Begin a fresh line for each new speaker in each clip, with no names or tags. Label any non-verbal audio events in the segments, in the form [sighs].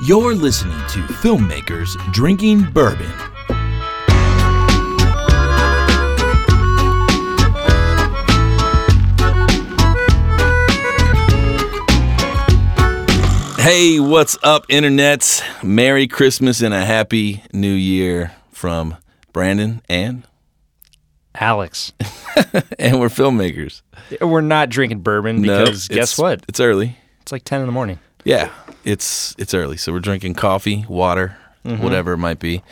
You're listening to Filmmakers Drinking Bourbon. Hey, what's up, internets? Merry Christmas and a Happy New Year from Brandon and
Alex.
and we're filmmakers.
[laughs] We're not drinking bourbon
No,
because
it's-
guess what?
It's early.
It's like 10 in the morning.
Yeah, it's it's early, so we're drinking coffee, water, whatever it might be.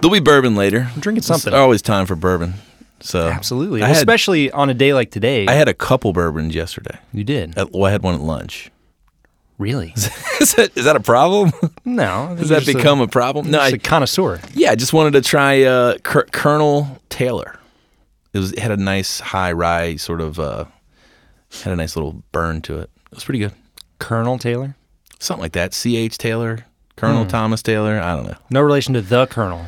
There'll be bourbon later. I'm
Mm-hmm. drinking something.
always time for bourbon. So
Absolutely.
I had,
Especially on a day like today.
I had a couple bourbons yesterday.
you did.
At- Well, I had one at lunch. [laughs]
really?
is, that, is that a problem? [laughs]
No.
Does that become a, problem? No,
a,
I,
just a connoisseur?
yeah, I just wanted to try uh, Cur- Colonel Taylor. It was it had a nice high rye sort of uh, had a nice little burn to it. It was pretty good.
Colonel Taylor?
Something like that. C. H. Taylor, Colonel
Hmm.
Thomas Taylor. I don't know.
No relation to the Colonel.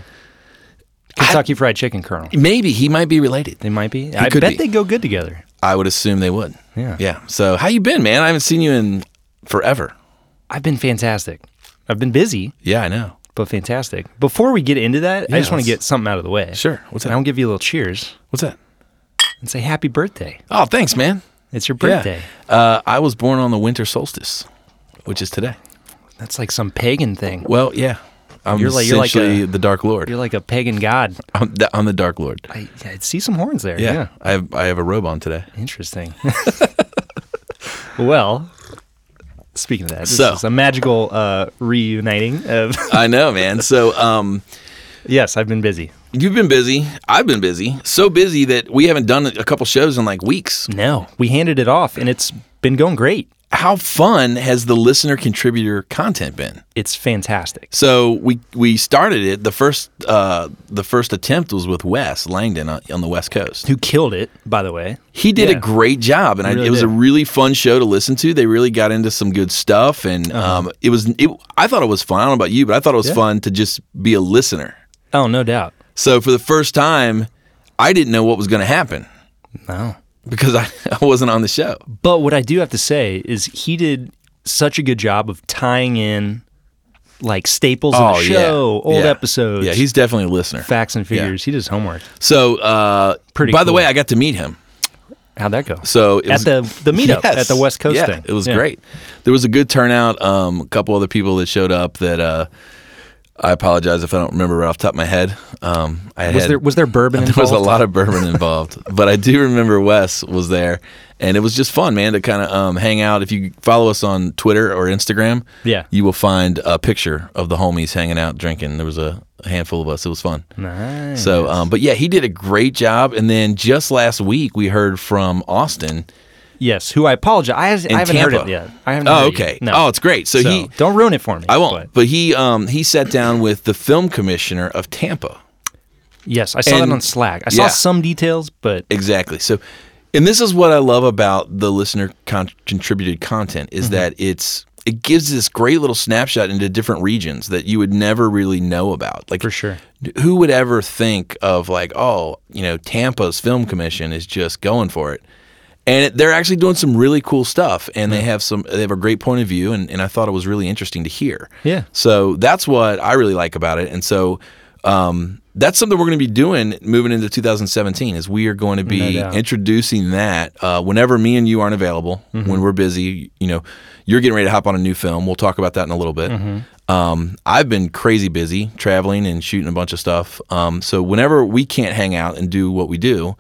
Kentucky Fried Chicken Colonel.
Maybe he might be related.
They might be. I
could
bet
be.
they go good together.
I would assume they would.
Yeah.
Yeah. So how you been, man? I haven't seen you in forever.
I've been fantastic. I've been busy,
Yeah, I know.
but fantastic. Before we get into that, I just want
let's-
to get something out of the way.
Sure. What's
And
that?
I'll give you a little cheers
What's that?
and say happy birthday.
Oh, thanks, man.
It's your
Yeah.
birthday.
Uh, I was born on the winter solstice, which is today.
That's like some pagan thing.
Well, yeah. I'm
You're like- you're like
essentially
a-
the Dark Lord.
You're like a pagan god.
I'm the, I'm the Dark Lord.
I, I see some horns there.
Yeah.
Yeah.
I have I have a robe on today. [laughs]
Interesting. [laughs] well, speaking of that, this
So-
is a magical uh, reuniting of. [laughs]
I know, man. So um,
yes, I've been busy.
you've been busy. I've been busy. So busy that we haven't done a couple shows in like weeks.
No, we handed it off and it's been going great.
How fun has the listener contributor content been?
It's fantastic.
So we we started it. The first uh, the first attempt was with Wes Langdon on, on the West Coast.
Who killed it, by the way?
He did
Yeah.
a great job, and I,
really
it was a
did.
really fun show to listen to. They really got into some good stuff, and
Uh-huh.
um, it was it, I thought it was fun. I don't know about you, but I thought it was fun to just be a listener.
Oh, no doubt.
So for the first time, I didn't know what was going to happen
No.
because I, [laughs] I wasn't on the show.
But what I do have to say is he did such a good job of tying in like staples of the show, old
Oh, Yeah.
episodes,
Yeah, he's definitely a listener.
facts and figures. He does homework.
So uh,
Pretty
By the
cool.
way, I got to meet him.
How'd that go?
So it
At
was,
the- the meetup, at the West Coast
yeah,
thing.
It was
Yeah.
great. There was a good turnout. Um, a couple other people that showed up that uh, I apologize if I don't remember right off the top of my head. Um, I
Was
had,
there was there
[laughs]
bourbon
there was
involved?
a lot of bourbon
[laughs]
involved, but I do remember Wes was there, and it was just fun, man, to kind of um, hang out. If you follow us on Twitter or Instagram,
Yeah.
you will find a picture of the homies hanging out drinking. There was a handful of us. It was fun.
Nice.
So, um, but yeah, he did a great job. And then just last week, we heard from Austin.
Yes, who I apologize. I, has, I haven't heard
Tampa.
it yet. I haven't
Oh,
heard it
okay.
yet. No.
Oh, it's great. So,
so
he,
don't ruin it for me.
I won't.
but-
But, he, um, he sat down with the film commissioner of Tampa.
yes, I saw
And-
that on Slack. I saw
yeah.
some details, but
Exactly. So, and this is what I love about the listener con- contributed content is
Mm-hmm.
that it's it gives this great little snapshot into different regions that you would never really know about. Like
for sure.
who would ever think of like, oh, you know, Tampa's film commission is just going for it, and it, they're actually doing some really cool stuff, and they have some, they have a great point of view, and, and I thought it was really interesting to hear.
Yeah.
So that's what I really like about it, and so um, that's something we're going to be doing moving into 2017. Is we are going to be
doubt.
introducing that uh, whenever me and you aren't available, when we're busy, you know, you're getting ready to hop on a new film. We'll talk about that in a little bit. Um, I've been crazy busy traveling and shooting a bunch of stuff. Um, so whenever we can't hang out and do what we do,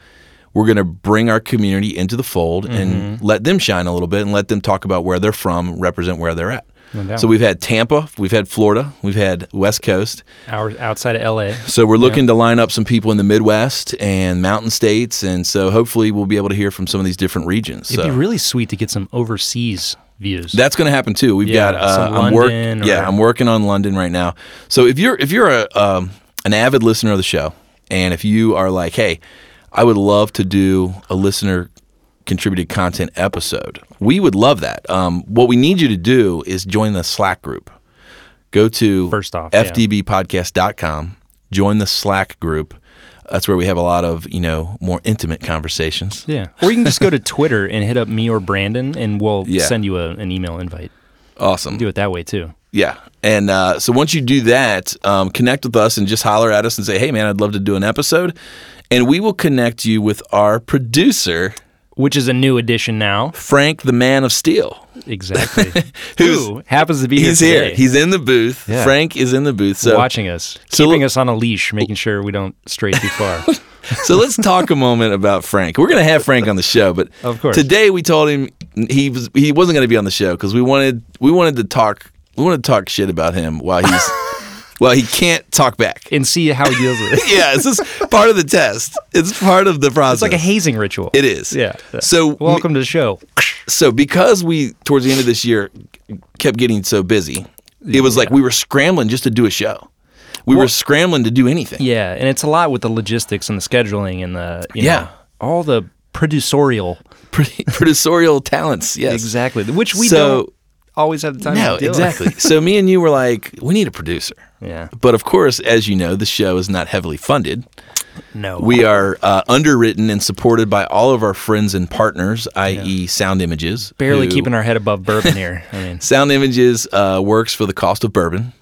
we're going to bring our community into the fold and let them shine a little bit and let them talk about where they're from, represent where they're at.
doubt.
So we've had Tampa, we've had Florida, we've had West Coast.
Our outside of LA.
So we're looking to line up some people in the Midwest and mountain states, and so hopefully we'll be able to hear from some of these different regions.
It'd be
So
really sweet to get some overseas views.
that's going to happen too. We've
Yeah,
got uh,
some
I'm work,
London
yeah,
or-
I'm working on London right now. So if you're if you're a um, an avid listener of the show, and if you are like, hey, I would love to do a listener contributed content episode, we would love that. Um, what we need you to do is join the Slack group. go to
First off, yeah.
fdbpodcast.com join the slack group that's where we have a lot of you know more intimate conversations
yeah. Or you can just go to Twitter and hit up me or Brandon, and we'll
Yeah.
send you a, an email invite.
awesome
Do it that way too.
Yeah. And uh, so once you do that, um, connect with us and just holler at us and say, hey, man, I'd love to do an episode. And we will connect you with our producer,
which is a new addition now.
Frank, the man of steel.
Exactly.
[laughs] Who's-
Who happens to be
He's
here?
here.
today,
He's in the booth.
Yeah.
Frank is in the booth. So,
watching us,
so-
keeping us on a leash, making sure we don't stray
[laughs]
too far.
so let's talk a moment about Frank. We're going to have Frank on the show, but
Of course.
today we told him he was he wasn't going to be on the show because we wanted we wanted to talk we wanted to talk shit about him while he's
[laughs]
while he can't talk back.
and see how he deals with it.
[laughs] Yeah, this is part of the test. It's part of the process.
It's like a hazing ritual.
It is.
Yeah.
So
Welcome to the show.
so because we towards the end of this year kept getting so busy, it was like we were scrambling just to do a show. We were scrambling to do anything.
Yeah, and it's a lot with the logistics and the scheduling and the you
Yeah.
know, all the producerial [laughs]
Pretty Producerial talents. Yes.
exactly, which we
So-
don't always have the time.
No,
to deal with. [laughs]
exactly. so me and you were like, we need a producer.
Yeah,
But of course, as you know, the show is not heavily funded.
no,
We are uh, underwritten and supported by all of our friends and partners, i.e., Sound Images.
barely
who-
keeping our head above bourbon here. I
[laughs]
mean,
Sound Images uh, works for the cost of bourbon.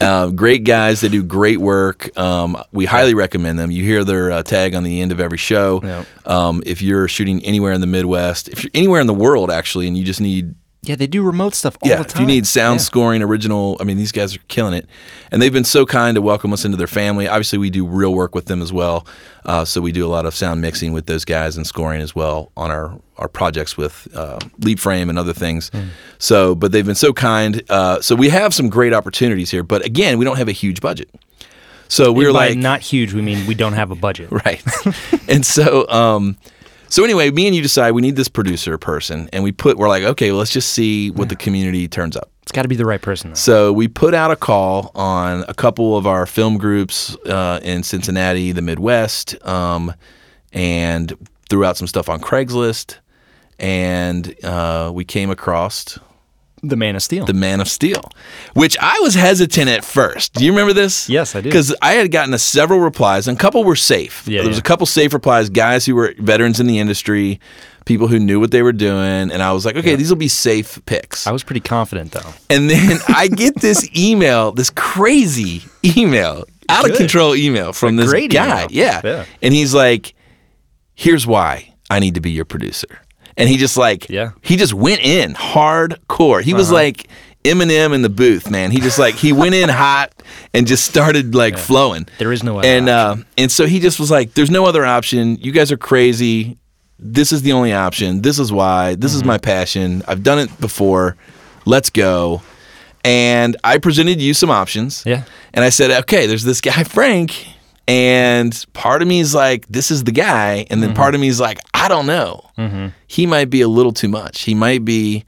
uh, great guys, they do great work. Um, we highly recommend them. You hear their uh, tag on the end of every show.
Yep.
Um, if you're shooting anywhere in the Midwest, if you're anywhere in the world actually, and you just need
yeah, they do remote stuff all
yeah,
the
if
time.
you need sound scoring, original, I mean, these guys are killing it. And they've been so kind to welcome us into their family. Obviously, we do real work with them as well. Uh, so we do a lot of sound mixing with those guys and scoring as well on our, our projects with uh, Leap Frame and other things. So, but they've been so kind. Uh, so we have some great opportunities here. But again, we don't have a huge budget. So we
And
were
by
like,
not huge. We mean we don't have a
[laughs]
budget.
right. [laughs] and so, um, so anyway, me and you decide we need this producer person, and we put we're like, okay, well, let's just see what the community turns up.
It's got to be the right person. Though.
So we put out a call on a couple of our film groups uh, in Cincinnati, the Midwest, um, and threw out some stuff on Craigslist. And uh, we came across
The Man of Steel.
the Man of Steel, which I was hesitant at first. Do you remember this?
Yes, I do.
Because I had gotten a several replies, and a couple were safe.
Yeah,
there was
yeah.
a couple safe replies, guys who were veterans in the industry, people who knew what they were doing, and I was like, okay, these will be safe picks.
I was pretty confident though.
And then I get this email, this crazy email, out of
Good.
control email from this
great
guy.
email.
Yeah.
Yeah.
And he's like, here's why I need to be your producer. And he just like,
Yeah. Uh-huh.
he just went in hardcore. He was like Eminem in the booth, man. He just like, he went in hot and just started like flowing.
There is no other
And, uh, and so he just was like, there's no other option. You guys are crazy. This is the only option. This is why. This is
Mm-hmm.
my passion. I've done it before. Let's go. And I presented you some options.
Yeah.
And I said, okay, there's this guy, Frank. And part of me is like, this is the guy. And then
Mm-hmm.
part of me is like, I don't know. He might be a little too much. He might be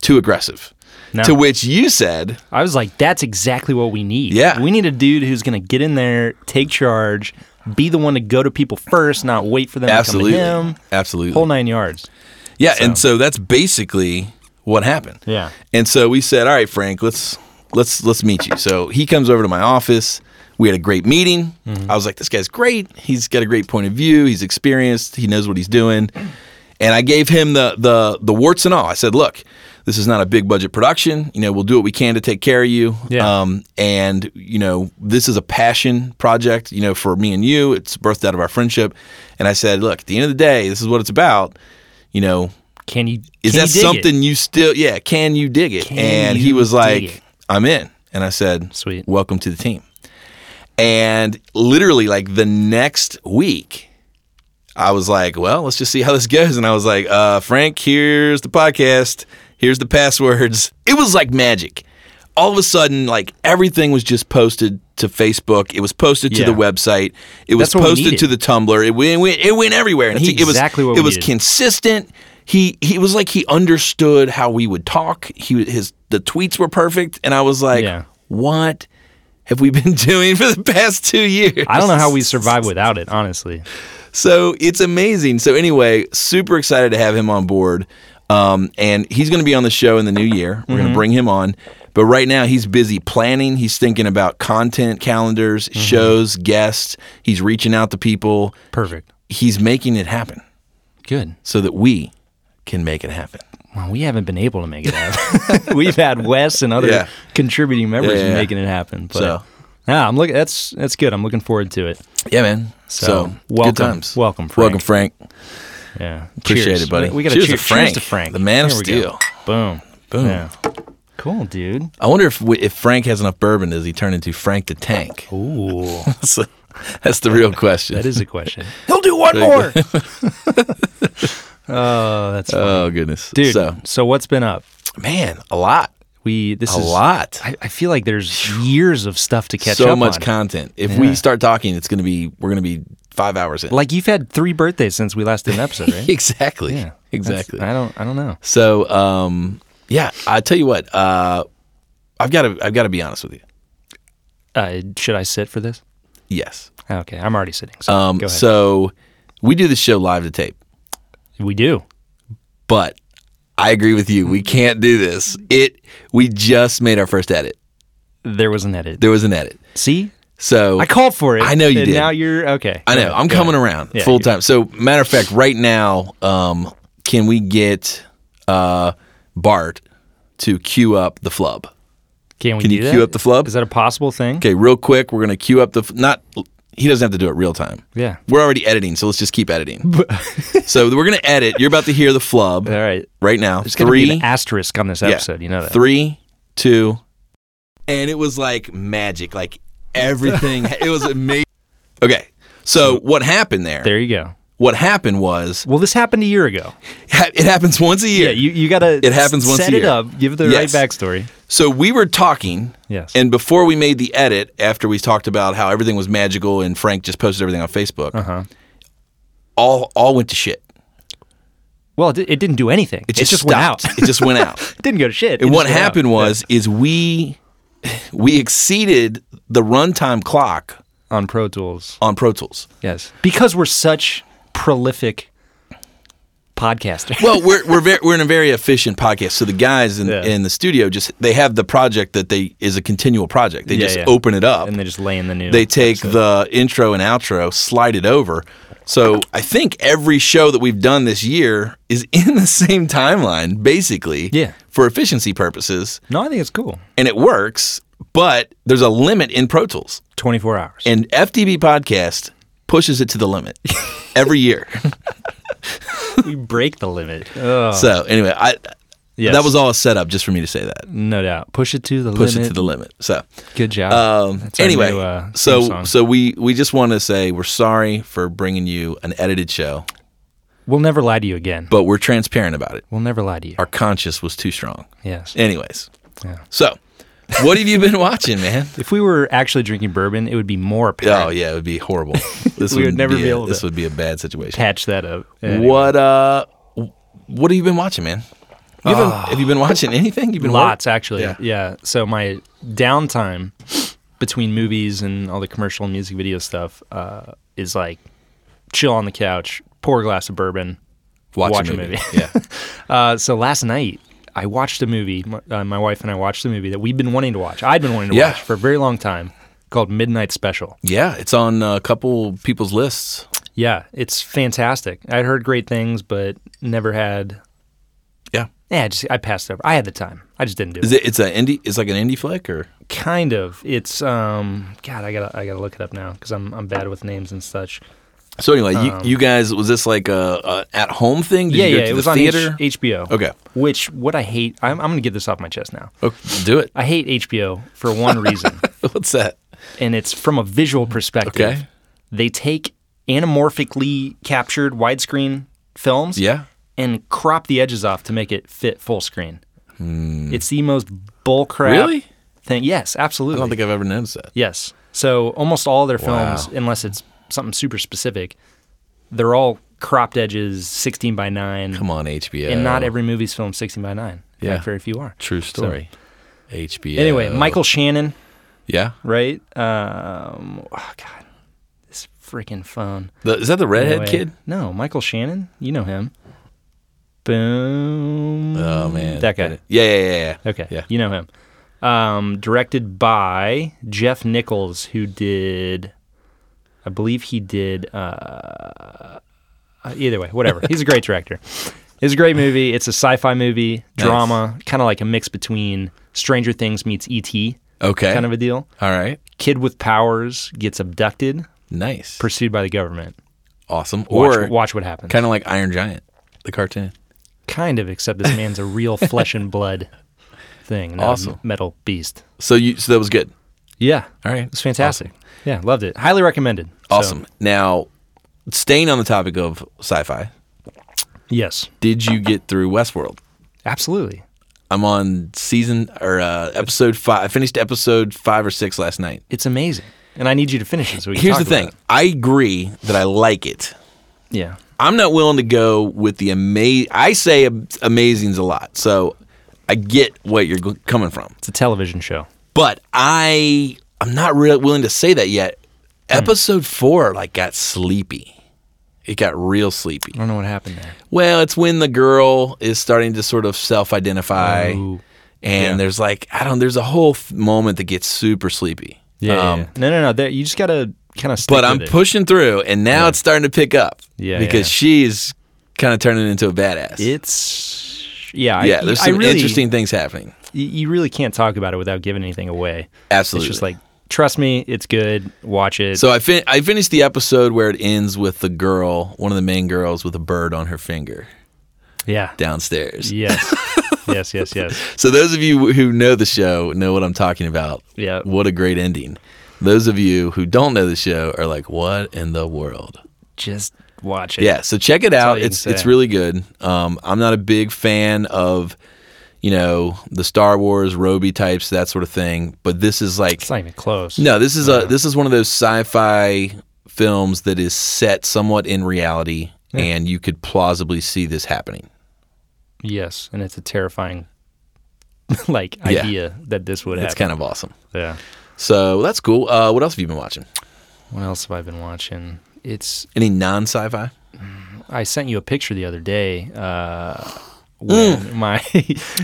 too aggressive.
No.
To which you said,
I was like, that's exactly what we need.
Yeah.
We need a dude who's going to get in there, take charge, be the one to go to people first, not wait for them
absolutely.
to come to him.
Absolutely.
Whole nine yards.
Yeah, and so that's basically what happened.
Yeah.
And so we said, "All right, Frank, let's let's let's meet you." So he comes over to my office. We had a great meeting. I was like, "This guy's great. He's got a great point of view. He's experienced. He knows what he's doing." And I gave him the the the warts and all. I said, "Look, this is not a big budget production. You know, we'll do what we can to take care of you.
Yeah.
Um, and you know, this is a passion project. You know, for me and you, it's birthed out of our friendship." And I said, "Look, at the end of the day, this is what it's about. You know,
Can you?
is
can
that
you dig it?
something you still yeah can you dig it
Can
and
you
he was
dig
like
it?
i'm in and i said
Sweet.
welcome to the team and literally like the next week i was like well let's just see how this goes and i was like uh, frank here's the podcast here's the passwords it was like magic all of a sudden like everything was just posted to facebook it was posted to
Yeah.
the website it was
That's what we
posted to
needed.
the tumblr it went, it went, it went everywhere and
That's
he, it was
exactly what
it
we
was
needed.
consistent. He he was like he understood how we would talk. He his the tweets were perfect, and I was like,
Yeah.
what have we been [laughs] doing for the past two years?
I don't know how we survive without it, honestly.
So it's amazing. So anyway, super excited to have him on board. Um, and he's going to be on the show in the new year. We're
Mm-hmm.
going to bring him on. But right now, he's busy planning. He's thinking about content, calendars,
Mm-hmm.
shows, guests. He's reaching out to people.
Perfect.
He's making it happen
Good.
so that we can make it happen.
well, we haven't been able to make
[laughs]
it happen. [laughs] We've had Wes and other
Yeah.
contributing members
Yeah, yeah, yeah.
making it happen. But
So.
yeah, I'm looking. That's that's good. I'm looking forward to it.
Yeah, man. So,
welcome,
good times.
welcome, Frank.
Welcome, Frank.
Yeah,
Appreciate
Cheers.
it, buddy.
We, got
Cheers
cheer,
to
Cheers to
Frank,
Frank,
the man of
Here we go.
steel.
Boom,
Boom.
Yeah. Cool, dude.
I wonder if we, if Frank has enough bourbon, does he turn into Frank the Tank? [laughs]
Ooh,
That's, that's the real question.
Oh. that is a question.
[laughs] He'll do one
more. [laughs] oh, that's funny.
oh goodness,
dude. So.
So
what's been up?
man, a lot,
We this
a
is
lot.
I, I feel like there's years of stuff to catch
so
up
much
on.
content. If we start talking, it's gonna be we're gonna be five hours in.
like you've had three birthdays since we last did an episode,
[laughs]
right?
exactly,
Yeah,
exactly.
That's- I don't. I don't know.
So um, yeah, I tell you what, uh, I've got to I've got to be honest with you.
Uh, should I sit for this? Oh,
Yes.
Okay, I'm already sitting. So
Um,
go ahead.
so we do the show live to tape,
we do.
but I agree with you. We can't do this. It we just made our first edit.
There was an edit.
There was an edit.
See,
So
I called for it.
I know you
and
did.
Now you're okay.
I know. I'm
Go
coming
ahead.
around
Yeah,
full
yeah.
time. So, matter of fact, right now, um, can we get uh, Bart to queue up the flub?
Can we?
Can
do
you
that?
queue up the flub?
Is that a possible thing?
Okay, real quick, we're gonna queue up the f- not. He doesn't have to do it real time.
Yeah.
We're already editing, so let's just keep editing.
[laughs]
so we're gonna edit. You're about to hear the flub
All right.
right now.
There's going to be
Three,
an asterisk on this
Yeah.
episode. You know that.
three, two, and it was like magic. Like
[laughs]
everything, it was amazing. Okay, so what happened there?
There you go.
What happened was
Well, this happened a year ago.
Ha- It happens once a year.
Yeah, you, you got to.
It happens once a
Set it
year.
up. Give the
Yes.
right backstory.
so we were talking,
Yes.
and before we made the edit, after we talked about how everything was magical and Frank just posted everything on Facebook,
Uh-huh.
all all went to shit.
Well, it, di- it didn't do anything. It just, went out. [laughs]
stopped. It just went out.
It didn't go to shit.
and what happened was is we we exceeded the runtime clock
on Pro Tools.
on Pro Tools.
Yes. Because we're such prolific podcasters.
Well, we're we're very, we're in a very efficient podcast. So the guys in,
Yeah.
in the studio just they have the project that they is a continual project. They
Yeah,
just
yeah.
open it up
[laughs] and they just lay in the new.
they take the intro and outro, slide it over. So I think every show that we've done this year is [laughs] in the same timeline, basically,
Yeah.
for efficiency purposes,
no, I think it's cool.
and it works. But there's a limit in Pro Tools,
24 hours.
and FTB Podcast pushes it to the
[laughs]
limit every year.
we break the limit. Ugh.
so anyway, I
Oh. Yes.
that was all a setup just for me to say that
No doubt. Push it to the
push
limit.
it to the limit. So
Good job.
um,
our
anyway,
new, uh, theme
so
song.
so we we just want to say we're sorry for bringing you an edited show,
we'll never lie to you again.
but we're transparent about it.
We'll never lie to you.
our conscience was too strong.
Yes.
Anyways,
Yeah.
so what have you been watching,
[laughs]
man?
If we were actually drinking bourbon, it would be more apparent.
Oh yeah, it would be horrible. This
[laughs] We would never
be,
be
a-
able to-
This would be a bad situation.
Patch that up. Anyway.
What uh, what have you been watching, man? You haven't- have you been watching anything? You've been wor-
Ah. Lots, actually.
Yeah.
Yeah. So my downtime between movies and all the commercial and music video stuff uh, is like chill on the couch, pour a glass of bourbon,
watch,
watch
a
a
movie.
movie.
yeah,
[laughs] Uh, so last night, I watched a movie. My, uh, my wife and I watched a movie that we've been wanting to watch. I'd been wanting to
Yeah.
watch for a very long time called Midnight Special.
yeah. It's on a couple people's lists.
Yeah, it's fantastic. I'd heard great things, but never had.
Yeah,
Yeah, just I passed it over. I had the time. I just didn't do
is
it.
it? It's an indie. It's like an indie flick, or
Kind of. It's um. God, I gotta I gotta look it up now because I'm I'm bad with names and such.
so. Anyway, you, you guys was this like a, a at home thing? Did
Um, yeah,
you go to
yeah. It
the
was
theater.
on H- HBO.
Okay.
Which what I hate. I'm I'm gonna get this off my chest now.
okay, do
[laughs]
it.
I hate HBO for one
[laughs]
reason.
What's that?
and it's from a visual perspective.
Okay.
They take anamorphically captured widescreen films
Yeah.
and crop the edges off to make it fit full screen. It's the most bullcrap
Hmm. Really?
thing. Yes,
I
absolutely.
don't think I've ever noticed that.
yes. So almost all their films,
Wow.
unless it's something super specific, they're all cropped edges, 16 by 9.
Come on, HBO.
And not every movie's filmed 16 by 9. In
Yeah.
fact, very few are.
True story. HBO.
Anyway, Michael Shannon.
Yeah.
right? Um, oh God, this freaking phone.
The, is that the redhead
Anyway,
kid?
No, Michael Shannon. You know him. Boom.
Oh man.
Mm-hmm. that guy.
Yeah, yeah, yeah, yeah.
Okay,
Yeah.
you know him. Um, directed by Jeff Nichols, who did,
[laughs]
I believe he did. Uh, uh, either way, whatever. He's a great director. It's a great movie. It's a sci-fi movie, drama, kind of like a mix between Stranger Things meets ET,
Okay.
kind of a deal.
All right.
Kid with powers gets abducted,
Nice.
pursued by the government.
awesome.
Watch,
Or
watch what happens.
kind of like Iron Giant, the cartoon.
Kind of, except this man's
[laughs]
a real flesh and blood thing, not
Awesome.
a m- metal beast.
So you so that was good.
Yeah,
All right.
it's fantastic. Yeah, loved it. Highly recommended. So,
Awesome. Now, staying on the topic of sci-fi,
yes,
did you get through Westworld?
absolutely.
I'm on season or uh, episode five. I finished episode five or six last night.
It's amazing, and I need you to finish it. So we can
Here's the
talk
thing.
about
I agree that I like it.
it. Yeah,
I'm not willing to go with the amazing. I say am- amazing's a lot, so I get what you're g- coming from.
it's a television show.
But I I'm not real willing to say that yet.
Hmm.
Episode four like got sleepy. It got real sleepy.
I don't know what happened there.
Well, it's when the girl is starting to sort of self-identify,
Ooh.
and
Oh, Yeah.
there's like I don't. There's a whole th- moment that gets super sleepy. Um,
no, no, no. There, you just gotta kind of.
But I'm pushing through, and now it's starting to pick up.
Yeah,
because she's kind of turning into a badass.
It's yeah,
yeah,
I,
there's
I
some
really,
interesting things happening.
You, you really can't talk about it without giving anything away.
Absolutely.
It's just like trust me, it's good. Watch it.
so I fin- I finished the episode where it ends with the girl, one of the main girls, with a bird on her finger
[laughs] yeah.
downstairs.
Yes. yes. Yes. Yes.
So those of you who know the show know what I'm talking about.
[laughs] Yeah.
What a great ending. Those of you who don't know the show are like, what in the world?
Just watch it.
Yeah, so check it
all
out.
you can
It's it's
say.
really good. Um, I'm not a big fan of, you know, the Star Wars Roby types, that sort of thing. But this is like
It's not even close.
no, this is a this is one of those sci-fi films that is set somewhat in reality, and you could plausibly see this happening.
Yes, and it's a terrifying [laughs] like
Yeah.
idea that this would
It's
happen.
kind of awesome.
yeah.
So that's cool. Uh, what else have you been watching?
What else have I been watching? It's
Any non-sci-fi?
I sent you a picture the other day. Uh, when my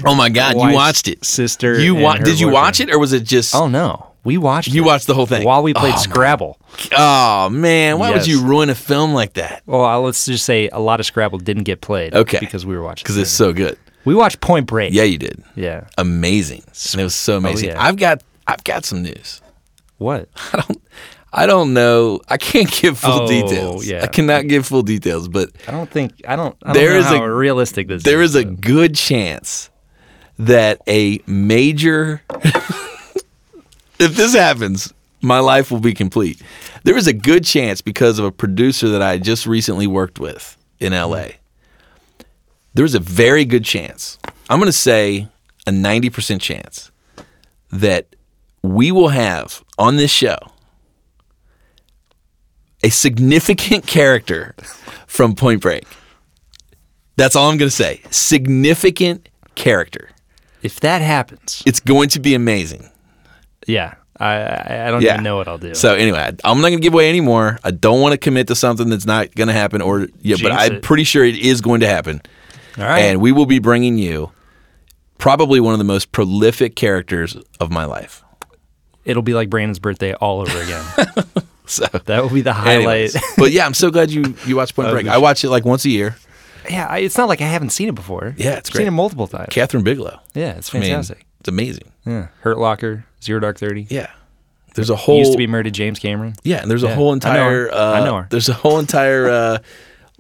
Oh my Mm. [laughs] God, you
wife's
watched it.
Sister,
You
and
wa-
her
did you
boyfriend.
watch it or was it just?
Oh no, we watched.
You
it
watched the whole thing?
while we played
Oh, my-
Scrabble.
Oh man, why would
Yes.
you ruin a film like that?
Well, uh, let's just say a lot of Scrabble didn't get played.
Okay.
because we were watching.
Because it's so good.
we watched Point Break.
Yeah, you did.
yeah.
Amazing. And it was so amazing.
Oh, yeah.
I've got I've got some news.
What?
I don't know. I can't [laughs] give full
Oh,
details.
yeah.
I cannot give full details, but
I don't think I don't. I don't
There
know
is
how
a-
realistic this.
there
is
is a good chance that a major [laughs] if this happens my life will be complete there is a good chance because of a producer that i just recently worked with in la there's a very good chance i'm going to say a 90% chance that we will have on this show a significant character from point break that's all I'm going to say. Significant character.
If that happens,
It's going to be amazing.
yeah, I I I don't even know what I'll do.
So anyway, I- I'm not going to give away any more. I don't want to commit to something that's not going to happen or yeah, but
Jinx
I'm
it.
pretty sure it is going to happen.
All right.
And we will be bringing you probably one of the most prolific characters of my life.
It'll be like Brandon's birthday all over again.
[laughs] So
that will be the highlight.
anyways. [laughs] but yeah, I'm so glad you you watch
[laughs]
Point Break. I watch it like once a year.
yeah, I, it's not like I haven't seen it before.
Yeah, it's
I've
great.
Seen it multiple times.
Catherine Bigelow.
yeah, it's
I mean,
fantastic.
it's amazing.
yeah, Hurt Locker, Zero Dark Thirty.
Yeah. There's a whole
used to be married to James Cameron.
Yeah, and there's a
Yeah,
whole
I know her.
entire uh,
I know her.
there's a whole entire uh,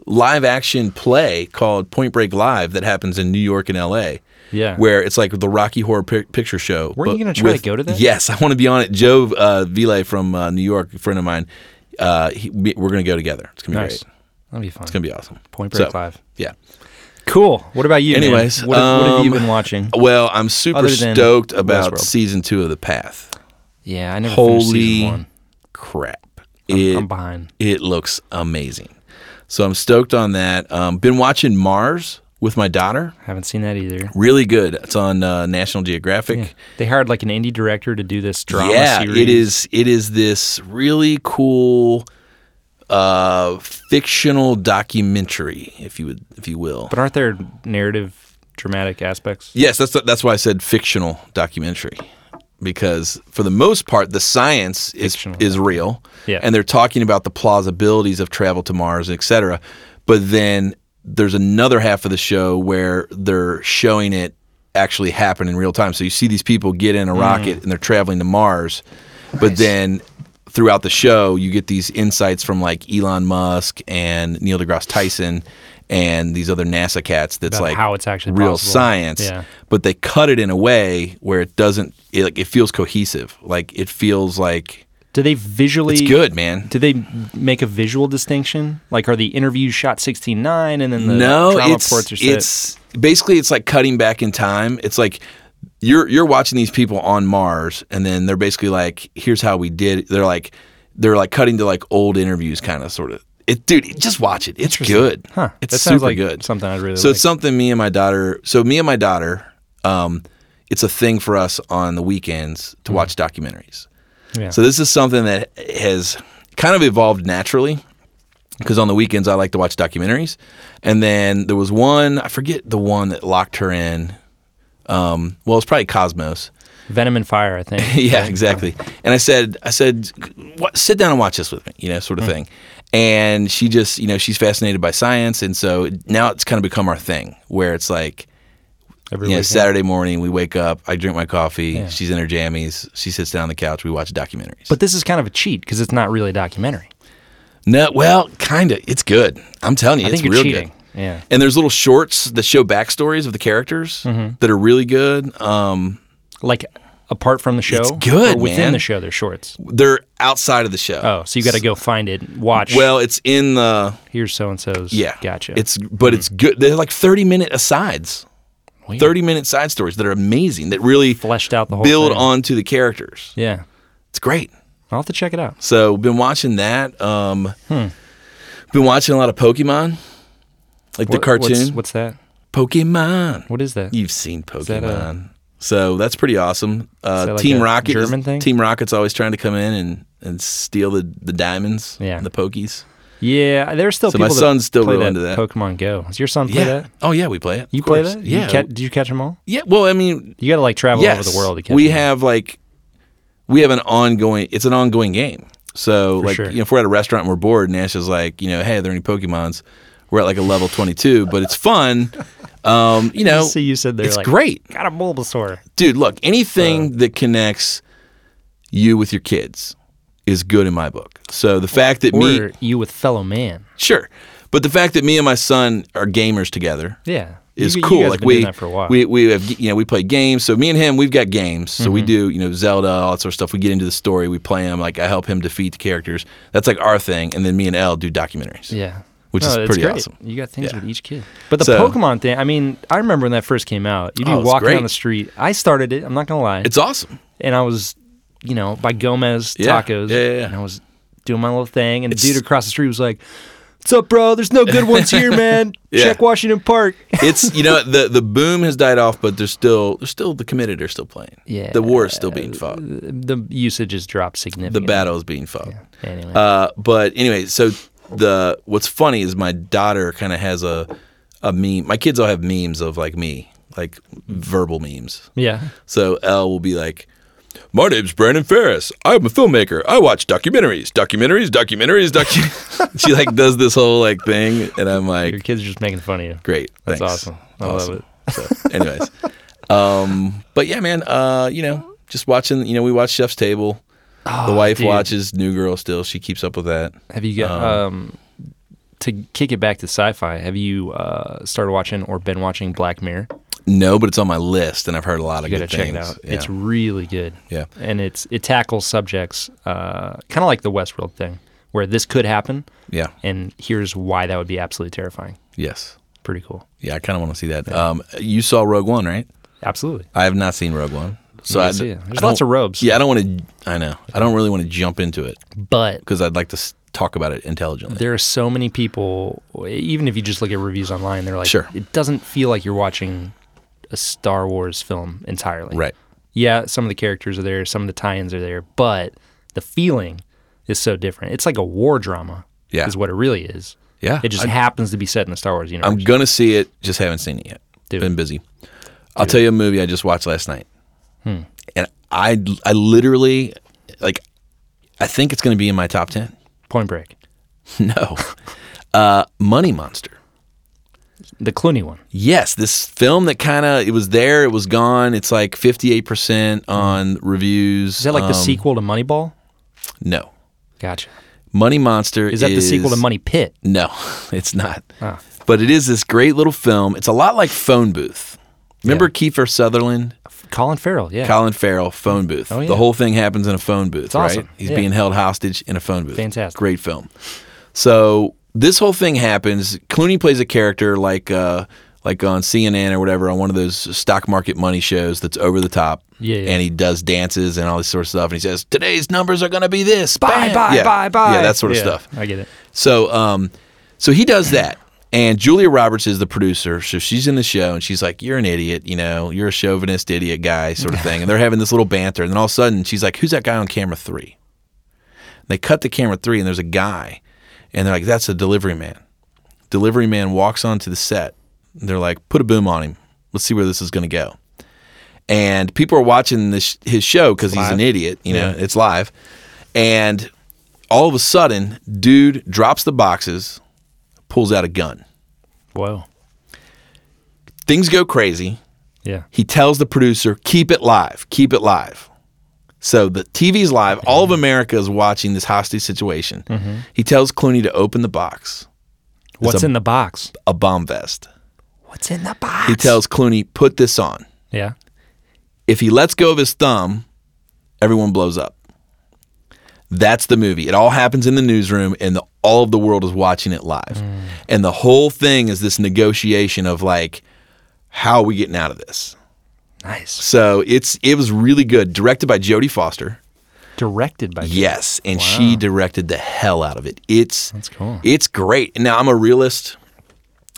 live action play called Point Break Live that happens in New York and L.A.
Yeah.
where it's like the Rocky Horror Pic- Picture Show.
Weren't you
but
gonna try to
with-
go to that?
Yes, I want to be on it. Joe uh, Vile from uh, New York, a friend of mine. Uh, he, we- we're gonna go together. It's gonna be
Nice.
great.
That'll be fun.
It's gonna be awesome.
Point Break
So,
Live.
Yeah.
Cool. What about you? man?
Anyways,
what, have, what have you
um,
been watching?
Well, I'm super
Other than
stoked about
Westworld.
season two of The Path.
Yeah, I never finished season
Holy
one.
crap!
I'm
It
behind.
It looks amazing. So I'm stoked on that. Um, been watching Mars with my daughter.
Haven't seen that either.
Really good. It's on uh, National Geographic.
They hired like an indie director to do this drama
Yeah,
series.
it is. It is this really cool uh, fictional documentary, if you would, if you will.
But aren't there narrative, dramatic aspects?
Yes, that's that's why I said fictional documentary, because for the most part, the science is
Fictional.
is real,
Yeah.
and they're talking about the plausibilities of travel to Mars, et cetera. But then there's another half of the show where they're showing it actually happen in real time. So you see these people get in a
Mm.
rocket and they're traveling to Mars, but then throughout the show you get these insights from like Elon Musk and Neil deGrasse Tyson and these other NASA cats. That's
About
like
how it's actually
real
possible.
science,
Yeah.
but they cut it in a way where it doesn't. It, like it feels cohesive. Like it feels like
Do they visually?
it's good, man.
Do they make a visual distinction? Like, are the interviews shot sixteen nine, and then the
no,
trauma
it's
reports are set?
it's basically it's like cutting back in time. It's like you're you're watching these people on Mars, and then they're basically like, "Here's how we did." it." They're like they're like cutting to like old interviews, kind of sort of. It, dude, it- just watch it. It's good.
huh?
It's
that sounds
super
like
good.
Something I'd really
So
like.
it's something me and my daughter. So me and my daughter, um, it's a thing for us on the weekends to watch documentaries.
Mm-hmm. Yeah.
So this is something that has kind of evolved naturally because on the weekends I like to watch documentaries. And then there was one I forget the one that locked her in. Um, well, it's probably Cosmos.
Venom and Fire,
[laughs]
I think.
yeah, exactly. And I said, I said, what, sit down and watch this with me, you know, sort of
Hmm.
thing. And she just, you know, she's fascinated by science, and so now it's kind of become our thing where it's like,
Every
you know,
weekend.
Saturday morning we wake up, I drink my coffee, she's in her jammies, she sits down on the couch, we watch documentaries.
But this is kind of a cheat because it's not really a documentary.
No, well, kind of. It's good. I'm telling you,
I
it's
think
real
you're cheating.
good.
Yeah.
And there's little shorts that show backstories of the characters
Mm-hmm.
that are really good. Um,
Like apart from the show,
It's good,
or within
man.
the show, they're shorts.
they're outside of the show.
Oh, so you got to go find it, watch.
Well, it's in the
here's so and so's.
yeah.
gotcha. Hmm.
It's but it's good. They're like 30 minute asides,
Weird.
30 minute side stories that are amazing that really
fleshed out the whole
build
thing.
onto the characters.
Yeah,
It's great.
I'll have to check it out.
So been watching that. Um,
Hmm.
Been watching a lot of Pokemon, like the
What-
cartoon
What's, what's that?
Pokemon.
What is that?
You've seen Pokemon.
that a-
so that's pretty awesome. Uh,
that like
Team
a
Rocket, is-
German thing?
Team Rocket's always trying to come in and, and steal the, the diamonds,
Yeah.
and the pokies.
Yeah, there's still
So my
people. that
son's still
play
real
that
into that.
Pokemon Go. Does your son play
yeah.
that?
Oh yeah, we play it.
You
of
play
course.
that?
Yeah.
You ca- did you catch them all?
yeah. Well, I mean,
You got to like travel all
yes.
over the world to catch.
we
them.
have like we have an ongoing. It's an ongoing game. So like
sure.
you know, if we're at a restaurant and we're bored, and Ash is like, you know, hey, are there any Pokemons? We're at like a level twenty two, but it's
[laughs]
fun. Um, you know,
So you said they're
it's
like uh,
great.
Got a Bulbasaur.
dude look anything that connects you with your kids is good in my book so the fact that me
Or you with fellow man.
sure but the fact that me and my son are gamers together
Yeah,
is
you,
cool
You guys
like
been
we
doing that for a while.
we we have you know we play games so me and him we've got games so
Mm-hmm.
we do you know Zelda all that sort of stuff we get into the story we play them like I help him defeat the characters that's like our thing and then me and Elle do documentaries
Yeah.
which is
it's
pretty
great.
awesome.
You got things
Yeah.
with each kid. But the
So-
Pokemon thing, I mean, I remember when that first came out. You'd be
Oh, it's
walking
great.
down the street. I started it, I'm not going to lie.
it's awesome
and I was, you know, by Gomez
Yeah.
Tacos.
Yeah, yeah, yeah.
And I was doing my little thing. And the dude across the street was like, What's up, bro? There's no good
[laughs]
ones here, man.
Yeah.
Check Washington Park.
it's you know the the boom has died off but there's still there's still the committed are still playing
Yeah.
the war is still being fought
[laughs] the usage has dropped
the
significantly.
battle is being fought.
Anyway.
Uh, but anyway, so the what's funny is my daughter kind of has a a meme. My kids all have memes of like me, like verbal memes.
yeah.
So Elle will be like, "My name's Brandon Ferris. I'm a filmmaker. I watch documentaries, documentaries, documentaries, docu." [laughs] she like does this whole like thing, and I'm
Your
like,
kids are just making fun of you.
"Great,
That's
thanks.
awesome. I love it.
So, anyways, um, but yeah, man, uh, you know, just watching. You know, we watch Chef's Table. the wife
Ah, dude.
watches New Girl still. She keeps up with that.
Have you got um, to kick it back to sci-fi? Have you uh, started watching or been watching Black Mirror?
No, but it's on my list, and I've heard a lot of
You
good
got to check it
things.
out.
Yeah.
It's really good.
Yeah.
and it's it tackles subjects uh, kind of like the Westworld thing, where this could happen,
yeah,
and here's why that would be absolutely terrifying.
yes,
Pretty cool.
yeah. I kind of want to see that. Um, you saw Rogue One, right?
Absolutely.
I have not seen Rogue One, so
gotta
I,
see it. There's
I don't-
lots of robes.
Yeah, I don't want to. I know. I don't really want to jump into it
But
because I'd like to s- talk about it intelligently.
there are so many people. Even if you just look at reviews online, they're like,
Sure.
it doesn't feel like you're watching a Star Wars film entirely.
right.
yeah, some of the characters are there, some of the tie-ins are there, but the feeling is so different. It's like a war drama.
Yeah.
is what it really is.
Yeah.
it just happens to be set in the Star Wars universe.
I'm gonna see it. Just haven't seen it yet.
Do Hmm.
Been
it.
busy. I'll tell you a movie I just watched last night, and I I literally like I think it's gonna be in my top ten. [laughs]
Point Break.
No, uh, Money Monster.
The Clooney one.
Yes, this film that kind of it was there, it was gone. It's like 58% on reviews.
Hmm. Is that like the
Um,
sequel to Moneyball?
No.
Gotcha.
Money Monster
Is that the sequel to Money Pit?
No, [laughs] it's not.
Ah.
But it is this great little film. It's a lot like Phone Booth. Remember Kiefer Sutherland,
Colin Farrell, yeah. Oh,
Colin Farrell, Phone Booth.
yeah.
The whole thing happens in a phone booth, right?
awesome.
He's
Yeah.
being held hostage in a phone booth.
Fantastic.
Great film. So this whole thing happens. Clooney plays a character like uh, like on CNN or whatever on one of those stock market money shows that's over the top.
Yeah, yeah.
And he does dances and all this sort of stuff. And he says, "Today's numbers are going to be this.
Bye,
Bam!"
bye,
yeah.
bye, bye.
Yeah, that sort of
Yeah,
stuff.
I get it.
So, um, so he does that, and Julia Roberts is the producer. So she's in the show, and she's like, "You're an idiot, you know, you're a chauvinist idiot guy," sort of thing. And they're having this little banter, and then all of a sudden, she's like, "Who's that guy on camera three? And they cut to camera three, and there's a guy, and they're like, "That's a delivery man." Delivery man walks onto the set. And they're like, "Put a boom on him. Let's see where this is going to go." And people are watching this his show because he's an idiot. You know, it's live, and all of a sudden, dude drops the boxes, pulls out a gun.
Whoa.
Things go crazy.
Yeah.
He tells the producer, keep it live, keep it live. So the TV's live. All of America is watching this hostage situation. He tells Clooney to open the box,
What's
a-
in the box?
a bomb vest.
What's in the box?
He tells Clooney, put this on.
Yeah.
If he lets go of his thumb, everyone blows up. That's the movie. It all happens in the newsroom, and the, all of the world is watching it live. And the whole thing is this negotiation of like, how are we getting out of this?
Nice.
So it's it was really good, directed by Jodie Foster.
Directed by
Yes, and she directed the hell out of it. It's
That's cool.
It's great. Now I'm a realist.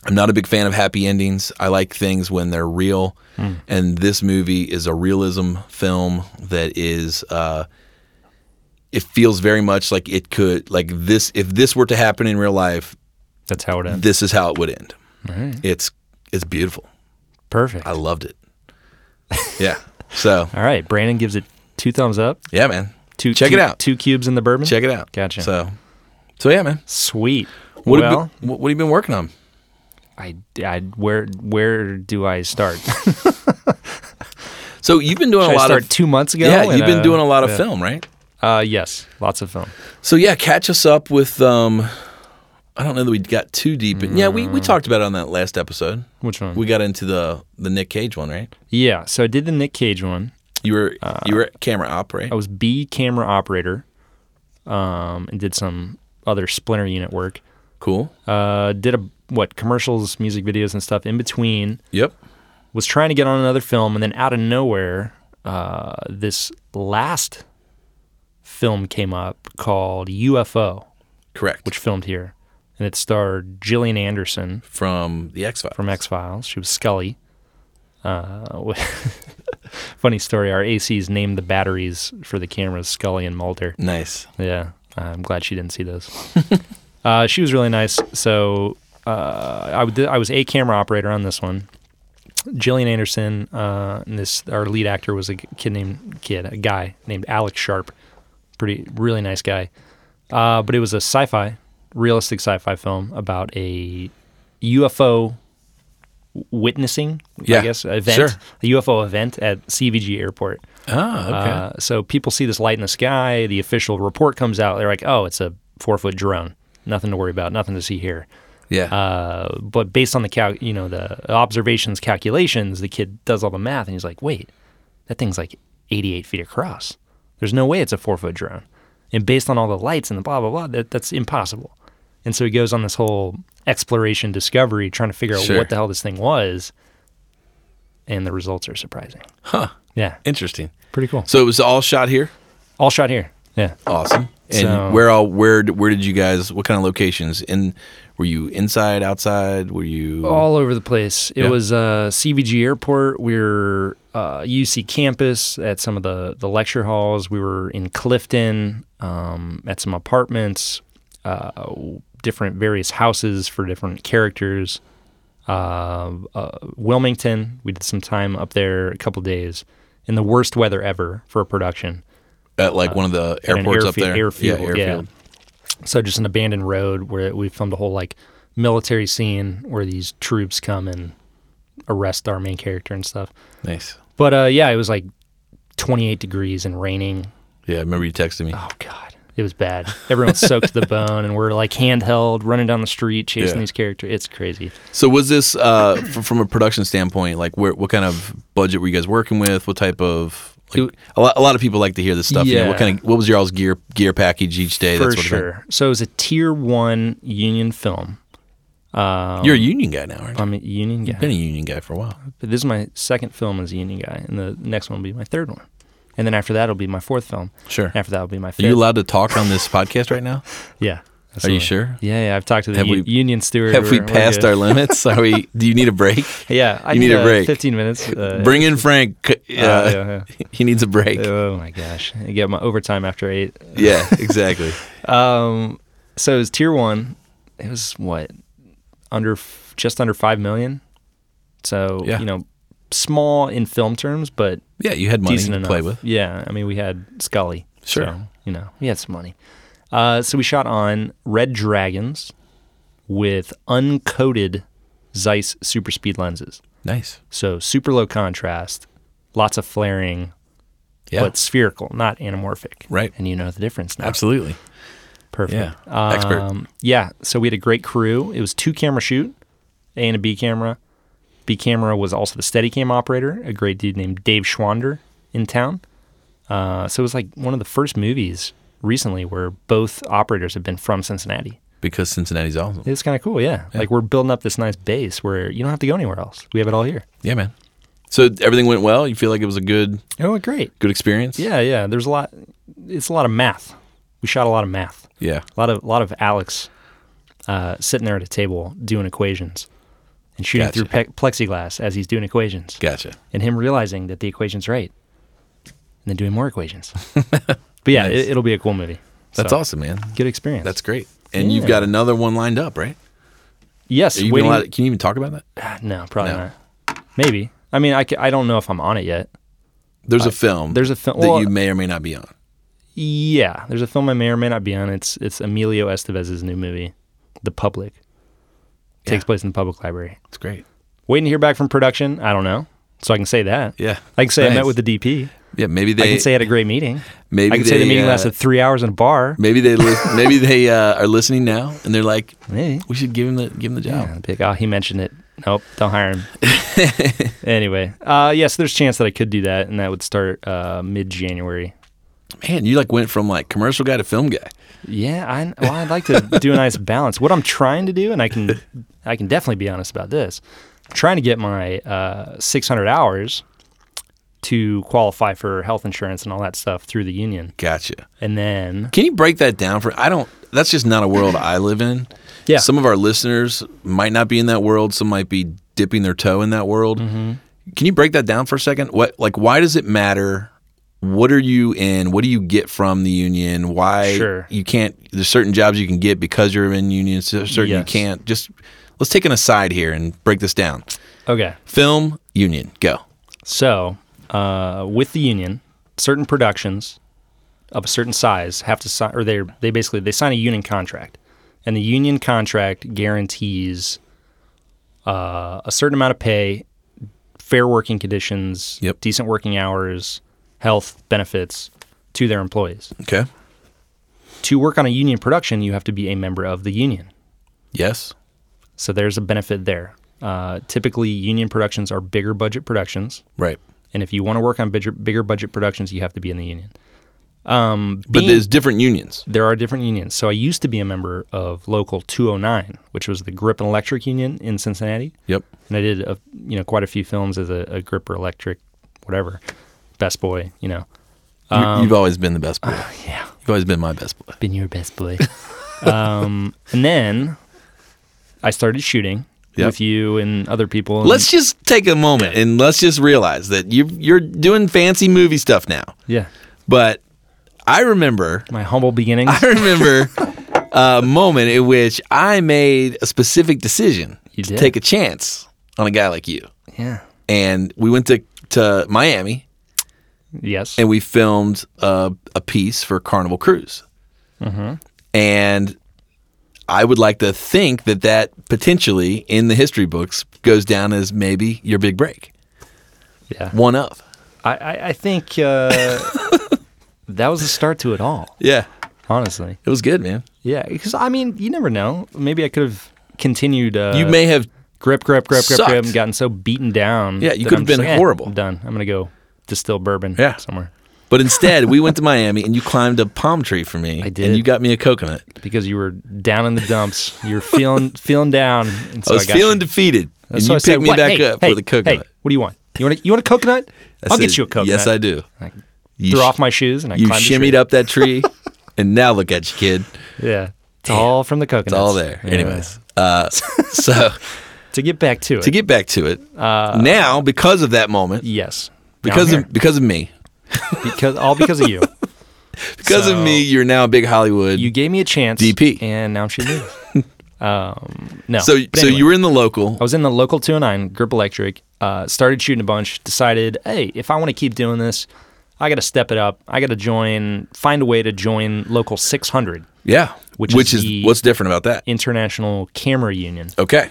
I'm not a big fan of happy endings. I like things when they're real,
Hmm.
and this movie is a realism film that is. Uh, it feels very much like it could like this if this were to happen in real life.
That's how it ends.
This is how it would end. It's it's beautiful.
Perfect.
I loved it. [laughs] Yeah. So
All right. Brandon gives it two thumbs up.
yeah, man.
Two
Check
two-
it out.
Two cubes in the bourbon.
Check it out.
Gotcha.
So so yeah, man.
Sweet.
What
well,
have you, what what have you been working on?
I, I where where do I
[laughs]
start?
So you've been doing a
I
lot
start
of
two months ago.
yeah.
And,
You've been
uh,
doing a lot of
yeah.
film, right?
Uh, yes, lots of film.
So yeah, catch us up with. um I don't know that we got too deep, in. yeah, we,
Mm.
we talked about it on that last episode.
Which one?
We got into the the Nick Cage one, right?
yeah. So I did the Nick Cage one.
You were
Uh,
you were camera op, right?
I was B camera operator, um, and did some other splinter unit work.
Cool.
Uh, did a what commercials, music videos, and stuff in between.
Yep.
was trying to get on another film, and then out of nowhere, uh, this last film came up called UFO,
Correct.
which filmed here, and it starred Gillian Anderson
from the X Files.
from X Files. She was Scully. Uh, [laughs] funny story. Our ACs named the batteries for the cameras Scully and Mulder.
Nice.
Yeah, I'm glad she didn't see those. [laughs] uh, she was really nice. So uh, I, would- I was a camera operator on this one. Jillian Anderson, uh, and this our lead actor was a g- kid named kid, a guy named Alex Sharp, pretty really nice guy. Uh, but it was a sci-fi, realistic sci-fi film about a UFO witnessing,
Yeah,
I guess, event,
sure.
a UFO event at CVG Airport.
Ah, okay.
Uh, so people see this light in the sky. The official report comes out. They're like, "Oh, it's a four foot drone. Nothing to worry about. Nothing to see here."
yeah.
Uh, but based on the cal- you know the observations calculations, the kid does all the math and he's like, "Wait, that thing's like 88 feet across. There's no way it's a four foot drone." And based on all the lights and the blah blah blah, that, that's impossible. And so he goes on this whole exploration discovery, trying to figure out
Sure.
what the hell this thing was. And the results are surprising.
huh.
Yeah,
Interesting.
pretty cool.
So it was all shot here.
All shot here. Yeah.
Awesome. And
So-
where all where d- where did you guys? What kind of locations? In were you inside, outside? Were you?
All over the place. It
Yeah.
was uh, CVG Airport. We were uh, UC campus at some of the, the lecture halls. We were in Clifton um, at some apartments, uh, different various houses for different characters. Uh, uh, Wilmington, we did some time up there, a couple days, in the worst weather ever for a production.
at like one of the
uh, at an
airports up
airfield-
there.
Airfield,
Yeah, airfield.
So just an abandoned road where we filmed a whole like military scene where these troops come and arrest our main character and stuff.
Nice.
But uh, yeah, it was like 28 degrees and raining.
Yeah, I remember you texted me.
Oh god, it was bad. Everyone's
[laughs]
soaked to the bone, and we're like handheld running down the street chasing
Yeah.
these characters. It's crazy.
So was this uh, f- from a production standpoint? Like, where what kind of budget were you guys working with? What type of like, a, lot, a lot of people like to hear this stuff. You know, what
Yeah.
kind of what was your all's gear gear package each day?
For
that sort Of
sure. So it was a tier one union film. Uh,
thing? You're a union guy now, right?
I'm a union guy.
You've been a union guy for a while.
But this is my second film as a union guy, and the next one will be my third one, and then after that it'll be my fourth film.
Sure.
After that will be my
Are
fifth.
you allowed to talk on this podcast right now?
yeah.
Are you
absolutely.
sure?
Yeah, yeah. I've talked to the
Have
u-
we-
union steward.
Have we
We're- we're
passed
good.
our limits? Are we? Do you need a break?
Yeah, I
You need a
uh,
break.
Fifteen minutes. [laughs] Uh,
Bring in Frank. Uh,
uh, [laughs] yeah,
[laughs] He needs a break.
yeah. Oh my gosh! I get my overtime after eight.
yeah,
[laughs]
exactly.
Um, so it was tier one. It was what under f- just under five million. So
Yeah.
you know, small in film terms, but
Yeah, you had money
decent
to
enough.
play with.
Yeah, I mean we had Scully.
Sure.
so, you know we had some money. Uh, so we shot on Red Dragons with uncoated Zeiss super speed lenses.
Nice.
So super low contrast, lots of flaring,
Yeah,
but spherical, not anamorphic.
Right.
And you know the difference now.
absolutely.
Perfect.
Yeah. Expert.
Um, Yeah. So we had a great crew. It was two camera shoot, A and a B camera. B camera was also the steady cam operator, a great dude named Dave Schwander in town. Uh, so it was like one of the first movies recently where both operators have been from Cincinnati.
Because Cincinnati's awesome.
It's kind of cool, yeah. Like we're building up this nice base where you don't have to go anywhere else. We have it all here.
Yeah, man. So everything went well. You feel like it was a good
Oh, great.
good experience.
Yeah, yeah. There's a lot. It's a lot of math. We shot a lot of math.
Yeah.
A lot of lot of Alex uh, sitting there at a table doing equations and shooting
Gotcha.
through pe- plexiglass as he's doing equations,
Gotcha.
and him realizing that the equation's right, and then doing more equations. [laughs] but yeah,
Nice.
it, it'll be a cool movie.
That's
So,
awesome, man.
Good experience.
That's great. And you've
Yeah.
got another one lined up, right?
yes.
Are you
waiting-
gonna allow, can you even talk about that?
[clears throat] no, probably
No.
not. Maybe. I mean, I, ca- I don't know if I'm on it yet.
There's a film.
there's a film-
that
well,
you may or may not be on.
Yeah, there's a film I may or may not be on. It's it's Emilio Estevez's new movie, The Public. Takes place in the public library.
It's great.
Waiting to hear back from production. I don't know, so I can say that.
Yeah.
I can say I
Nice.
met with the DP.
Yeah. Maybe they.
I can say I had a great meeting.
maybe
I can say the
they,
meeting
uh,
lasted three hours in a bar.
Maybe they. Li- [laughs] maybe they uh, are listening now, and they're like,
Maybe.
"We should give him the give him the
Yeah.
job."
be like, oh, he mentioned it. Nope, don't hire him. [laughs] anyway, uh, yes, there's a chance that I could do that, and that would start uh, mid January.
Man, you like went from like commercial guy to film guy.
Yeah, I well, I'd like [laughs] to do a nice balance. What I'm trying to do, and I can, I can definitely be honest about this. I'm trying to get my uh, 600 hours to qualify for health insurance and all that stuff through the union,
Gotcha.
and then
Can you break that down for? I don't. That's just not a world I live in.
Yeah.
Some of our listeners might not be in that world. Some might be dipping their toe in that world.
Mm-hmm.
Can you break that down for a second? What like why does it matter? What are you in? What do you get from the union? Why
Sure.
you can't? There's certain jobs you can get because you're in union. so- Certain you
Yes.
can't. Just let's take an aside here and break this down.
okay.
Film union, go.
So uh, with the union, certain productions of a certain size have to sign, or they they basically they sign a union contract, and the union contract guarantees uh, a certain amount of pay, fair working conditions,
Yep.
decent working hours, health benefits to their employees.
Okay.
To work on a union production, you have to be a member of the union.
Yes.
So there's a benefit there. Uh, typically, union productions are bigger budget productions.
Right.
And if you want to work on bigger, bigger budget productions, you have to be in the union. Um,
But
being-
there's different unions.
there are different unions. So I used to be a member of Local 209, which was the grip and electric union in Cincinnati,
Yep.
and I did a, you know quite a few films as a, a grip or electric, whatever, best boy. You know,
You, you've always been the best boy.
yeah,
You've always been my best boy. [laughs]
been your best boy. [laughs] um, and then I started shooting
Yep.
with you and other people. and-
Let's just take a moment and let's just realize that you you're doing fancy movie stuff now.
yeah,
But I remember [laughs]
my humble beginnings.
I [laughs] remember a moment in which I made a specific decision
You
to
did.
take a chance on a guy like you.
yeah.
And we went to to Miami
Yes.
and we
Mm-hmm.
filmed a, a piece for Carnival Cruise. And I would like to think that that potentially in the history books goes down as maybe your big break,
Yeah.
one of.
I, I, I think [laughs] uh, that was the start to it all,
Yeah,
honestly.
it was good, man.
Yeah. Because, I mean, you never know. Maybe I could have continued. Uh,
you may have
grip, grip, grip, grip,
Sucked.
grip, and gotten so beaten down.
Yeah, you
that
could have
I'm just
been
like, "Eh,
horrible."
I'm done. I'm gonna go distill bourbon.
Yeah.
somewhere
But instead, we went to Miami and you climbed a palm tree for me.
I did.
And you got me a coconut.
because you were down in the dumps. You were
[laughs]
feeling feeling down. And so
I was
got
feeling
You.
defeated.
And
and
so
you
I
picked
said,
me
"What?
back
Hey,
up
hey,
for the coconut.
Hey, what do you want? You want a, you want a coconut?
I
I'll get
said,
you a coconut.
Yes, I do.
I
You
threw
sh-
off my shoes and I
You
climbed the tree.
shimmied up that
[laughs]
tree. and now look at you, kid.
Yeah, it's all from the coconuts.
It's all there.
Yeah.
Anyways.
[laughs]
Uh, so
to get back to it.
to get back to it,
Uh,
now, because of that moment,
yes,
because
Down
of, because of me,
here. because all because
[laughs]
of you.
because
So-
of me, you're now a big Hollywood.
You gave me a chance.
DP.
and now I'm shooting.
[laughs]
you. um, no.
so
But
so
anyway. Oh,
you were in the local.
I was in the local 209 Grip Electric, uh, started shooting a bunch, decided, hey, if I want to keep doing this, I got to step it up. I got to join, find a way to join local 600
yeah.
which is
is,
the-
what's different about that?
International Camera Union.
Okay.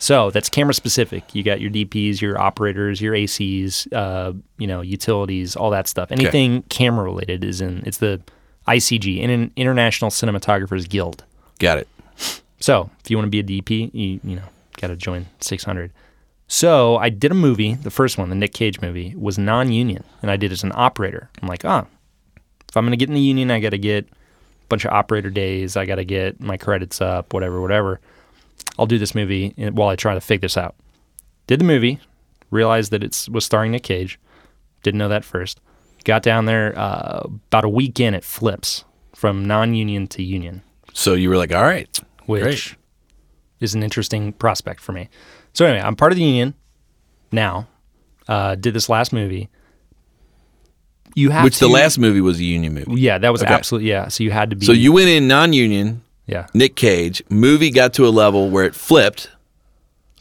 So that's camera specific. You got your DPs, your operators, your ACs, uh, you know, utilities, all that stuff. Anything camera related is in. It's the ICG, in International Cinematographers Guild.
Got it.
So if you want to be a DP, you you know got to join 600. So I did a movie, the first one, the Nick Cage movie, was non-union, and I did it as an operator. I'm like, ah, if I'm gonna get in the union, I got to get a bunch of operator days. I got to get my credits up, whatever, whatever. I'll do this movie in- while I try to figure this out. Did the movie, realized that it was starring Nick Cage. Didn't know that first. Got down there uh, about a week in, it flips from non-union to union
So you were like, all right.
which
Great.
is an interesting prospect for me. So anyway, I'm part of the union now. Uh, did this last movie. You have
Which
to,
the last movie was a union movie.
yeah that was
Okay.
absolutely yeah. So you had to be
So you went in non-union,
yeah
Nick Cage movie got to a level where it flipped,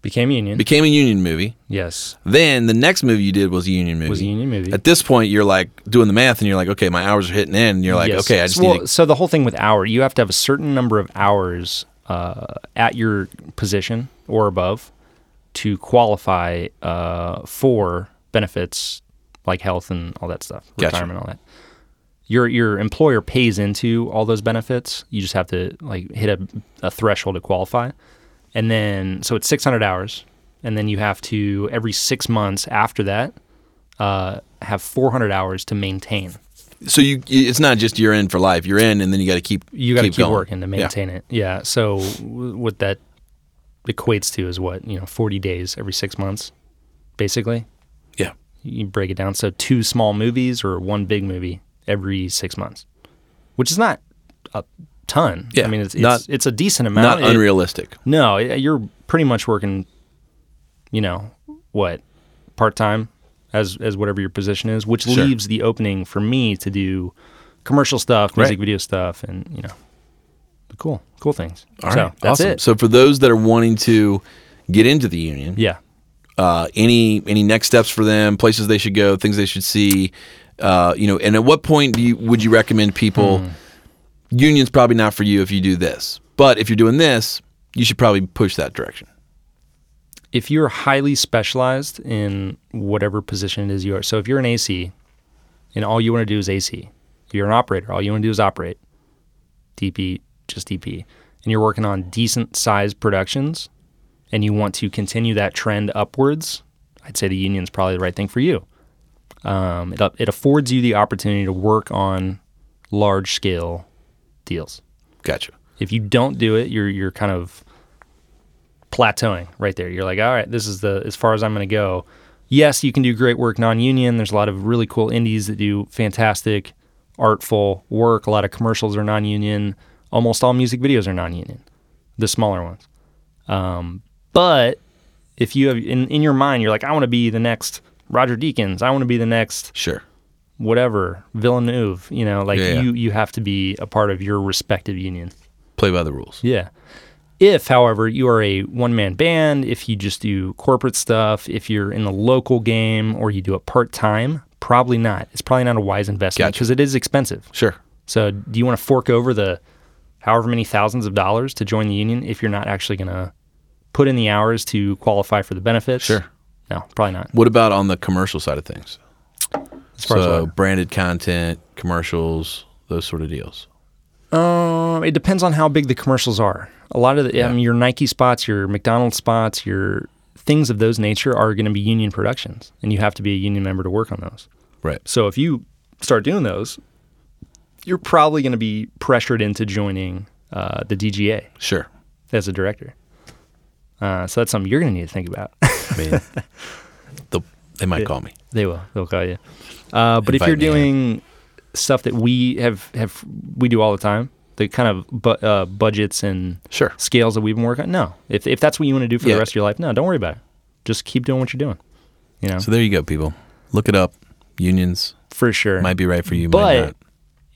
became union
became a union movie.
yes
Then the next movie you did was a union movie.
was a union movie.
At this point, you're like doing the math, and you're like, okay, my hours are hitting in. And you're like,
Yes.
okay, I just
well,
need. To,
so the whole thing with hour, you have to have a certain number of hours uh, at your position or above to qualify uh, for benefits like health and all that stuff,
Gotcha.
retirement, all that. Your your employer pays into all those benefits. You just have to like hit a, a threshold to qualify, and then so it's 600 hours, and then you have to every six months after that uh, have 400 hours to maintain.
so you, you- it's not just you're in for life. You're in, and then you got to keep.
you got to keep,
going.
working to
Yeah.
maintain it. Yeah. So w- what that equates to is what you know, forty days every six months, basically.
Yeah.
You break it down. So two small movies or one big movie every six months, which is not a ton.
Yeah,
I mean, it's it's,
not-
it's a
Not
decent amount. It-
unrealistic.
no, y- you're pretty much working, you know, what part time as as whatever your position is, which
Sure.
leaves the opening for me to do commercial stuff, music
Right.
video stuff, and you know, the cool cool things.
All right,
so that's
awesome.
it.
So for those that are wanting to get into the union,
yeah,
uh, any any next steps for them, places they should go, things they should see, uh, you know, and at what point do you, would you recommend people?
Hmm.
Union's probably not for you if you do this, but if you're doing this, you should probably push that direction.
if you're highly specialized in whatever position it is you are. So if you're an AC, and all you want to do is AC, if you're an operator, all you want to do is operate. DP, just DP, and you're working on decent sized productions, and you want to continue that trend upwards, I'd say the union's probably the right thing for you. Um, it, it affords you the opportunity to work on large scale deals.
Gotcha.
If you don't do it, you're you're kind of plateauing right there. You're like, all right, this is the as far as I'm going to go. Yes, you can do great work non-union. There's a lot of really cool indies that do fantastic, artful work. A lot of commercials are non-union. Almost all music videos are non-union, the smaller ones. Um, but if you have in, in your mind, you're like, I want to be the next Roger Deakins. I want to be the next
Sure.
whatever Villeneuve. You know, like
Yeah, yeah.
you you have to be a part of your respective union.
Play by the rules.
Yeah. If, however, you are a one man band, if you just do corporate stuff, if you're in the local game or you do it part time, probably not. It's probably not a wise investment
Gotcha.
because it is expensive.
Sure.
So, do you want to fork over the however many thousands of dollars to join the union if you're not actually going to put in the hours to qualify for the benefits.
Sure.
No, probably not.
What about on the commercial side of things?
As far
So
as
branded content, commercials, those sort of deals.
what- um, it depends on how big the commercials are. A lot of the, I mean, your Nike spots, your McDonald's spots, your things of those nature are going to be union productions, and you have to be a union member to work on those.
Right.
So if you start doing those, you're probably going to be pressured into joining uh, the DGA
Sure.
as a director. Uh, so that's something you're going to need to think about. [laughs]
I mean, the, they might call me.
they will. They'll call you. Uh, but if
Invite
you're
me in.
doing stuff that we have have we do all the time, the kind of bu- uh, budgets and
Sure.
scales that we've been working on, no. If if that's what you want to do for
Yeah.
the rest of your life, no, don't worry about it. Just keep doing what you're doing. You know,
So there you go, people. Look it up. Unions
for sure.
might be right for you, might
but
not.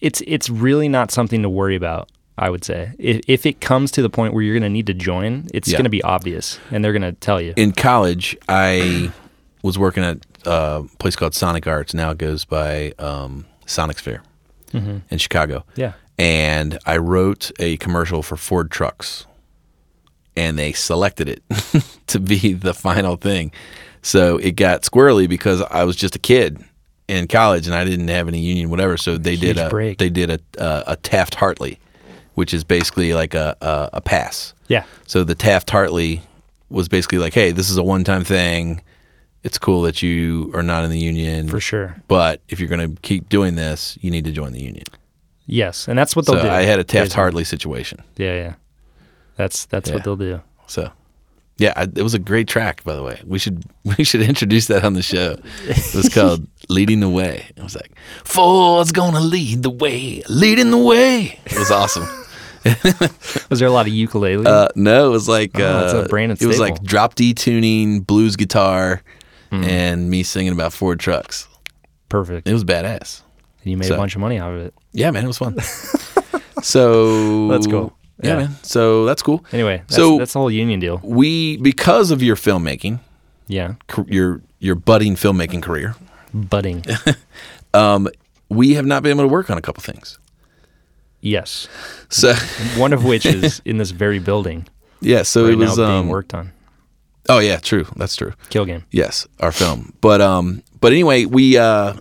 it's it's really not something to worry about. I would say if, if it comes to the point where you're going to need to join, it's
Yeah.
going to be obvious, and they're going to tell you.
In college, I was working at uh, a place called Sonic Arts. Now it goes by um, Sonic Sphere
Mm-hmm.
in Chicago.
yeah,
and I wrote a commercial for Ford trucks, and they selected it [laughs] to be the final thing. So it got squirrely because I was just a kid in college and I didn't have any union, whatever. So they did
Huge
a
break.
they did a a, a Taft Hartley, which is basically like a, a a pass.
yeah,
So the Taft Hartley was basically like, hey, this is a one time thing. It's cool that you are not in the union
for sure.
But if you're going to keep doing this, you need to join the union.
Yes, and that's what
So
they'll do.
I had a Taft
Basically.
Hartley situation.
Yeah, yeah. That's that's
Yeah.
what they'll do.
So, yeah, I, it was a great track, by the way. We should [laughs] we should introduce that on the show. It was called "Leading the Way." It was like Ford's gonna lead the way, leading the way. It was
[laughs]
awesome.
Was there a lot of ukulele?
Uh, no, it was like uh,
that's Oh, a Brandon
It was
staple.
like
Mm-hmm.
drop D tuning, blues guitar, and me singing about Ford trucks.
Perfect.
It was badass.
you made
so-
a bunch of money out of it.
Yeah, man, it was
[laughs]
fun. so
That's cool.
Yeah,
Yeah.
man. So that's cool.
Anyway, that's,
So-
that's the whole union deal.
We because of your filmmaking,
Yeah,
c- your your budding filmmaking career,
budding.
we have not been able to work on a couple things.
yes,
So [laughs]
one of which is in this very building
yeah, so
right
it was
now
um,
being worked on.
oh yeah, true, that's true.
Kill game.
Yes, our film. But um, but anyway, we uh,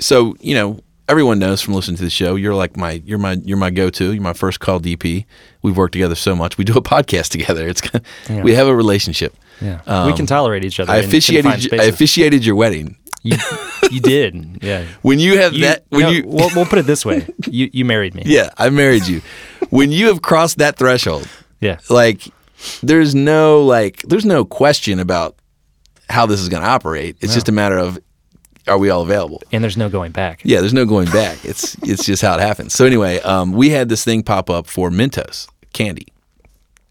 so you know everyone knows from listening to the show, you're like my you're my you're my go to, you're my first call DP. We've worked together so much. We do a [laughs] podcast together. It's
Yeah.
we have a relationship.
Yeah, we
Um,
can tolerate each other.
I
in confined
officiated I
spaces.
officiated your wedding.
you,
[laughs]
you did. Yeah.
When you have
You-
that when
no,
you
we'll, we'll put it
[laughs]
this way: you you married me.
yeah, I married you. when you have crossed that threshold,
Yeah.
like there's no like there's no question about how this is going to operate it's just a matter of are we all available
And there's no going back.
yeah there's no going
[laughs]
back it's it's just how it happens so anyway um, we had this thing pop up for mentos candy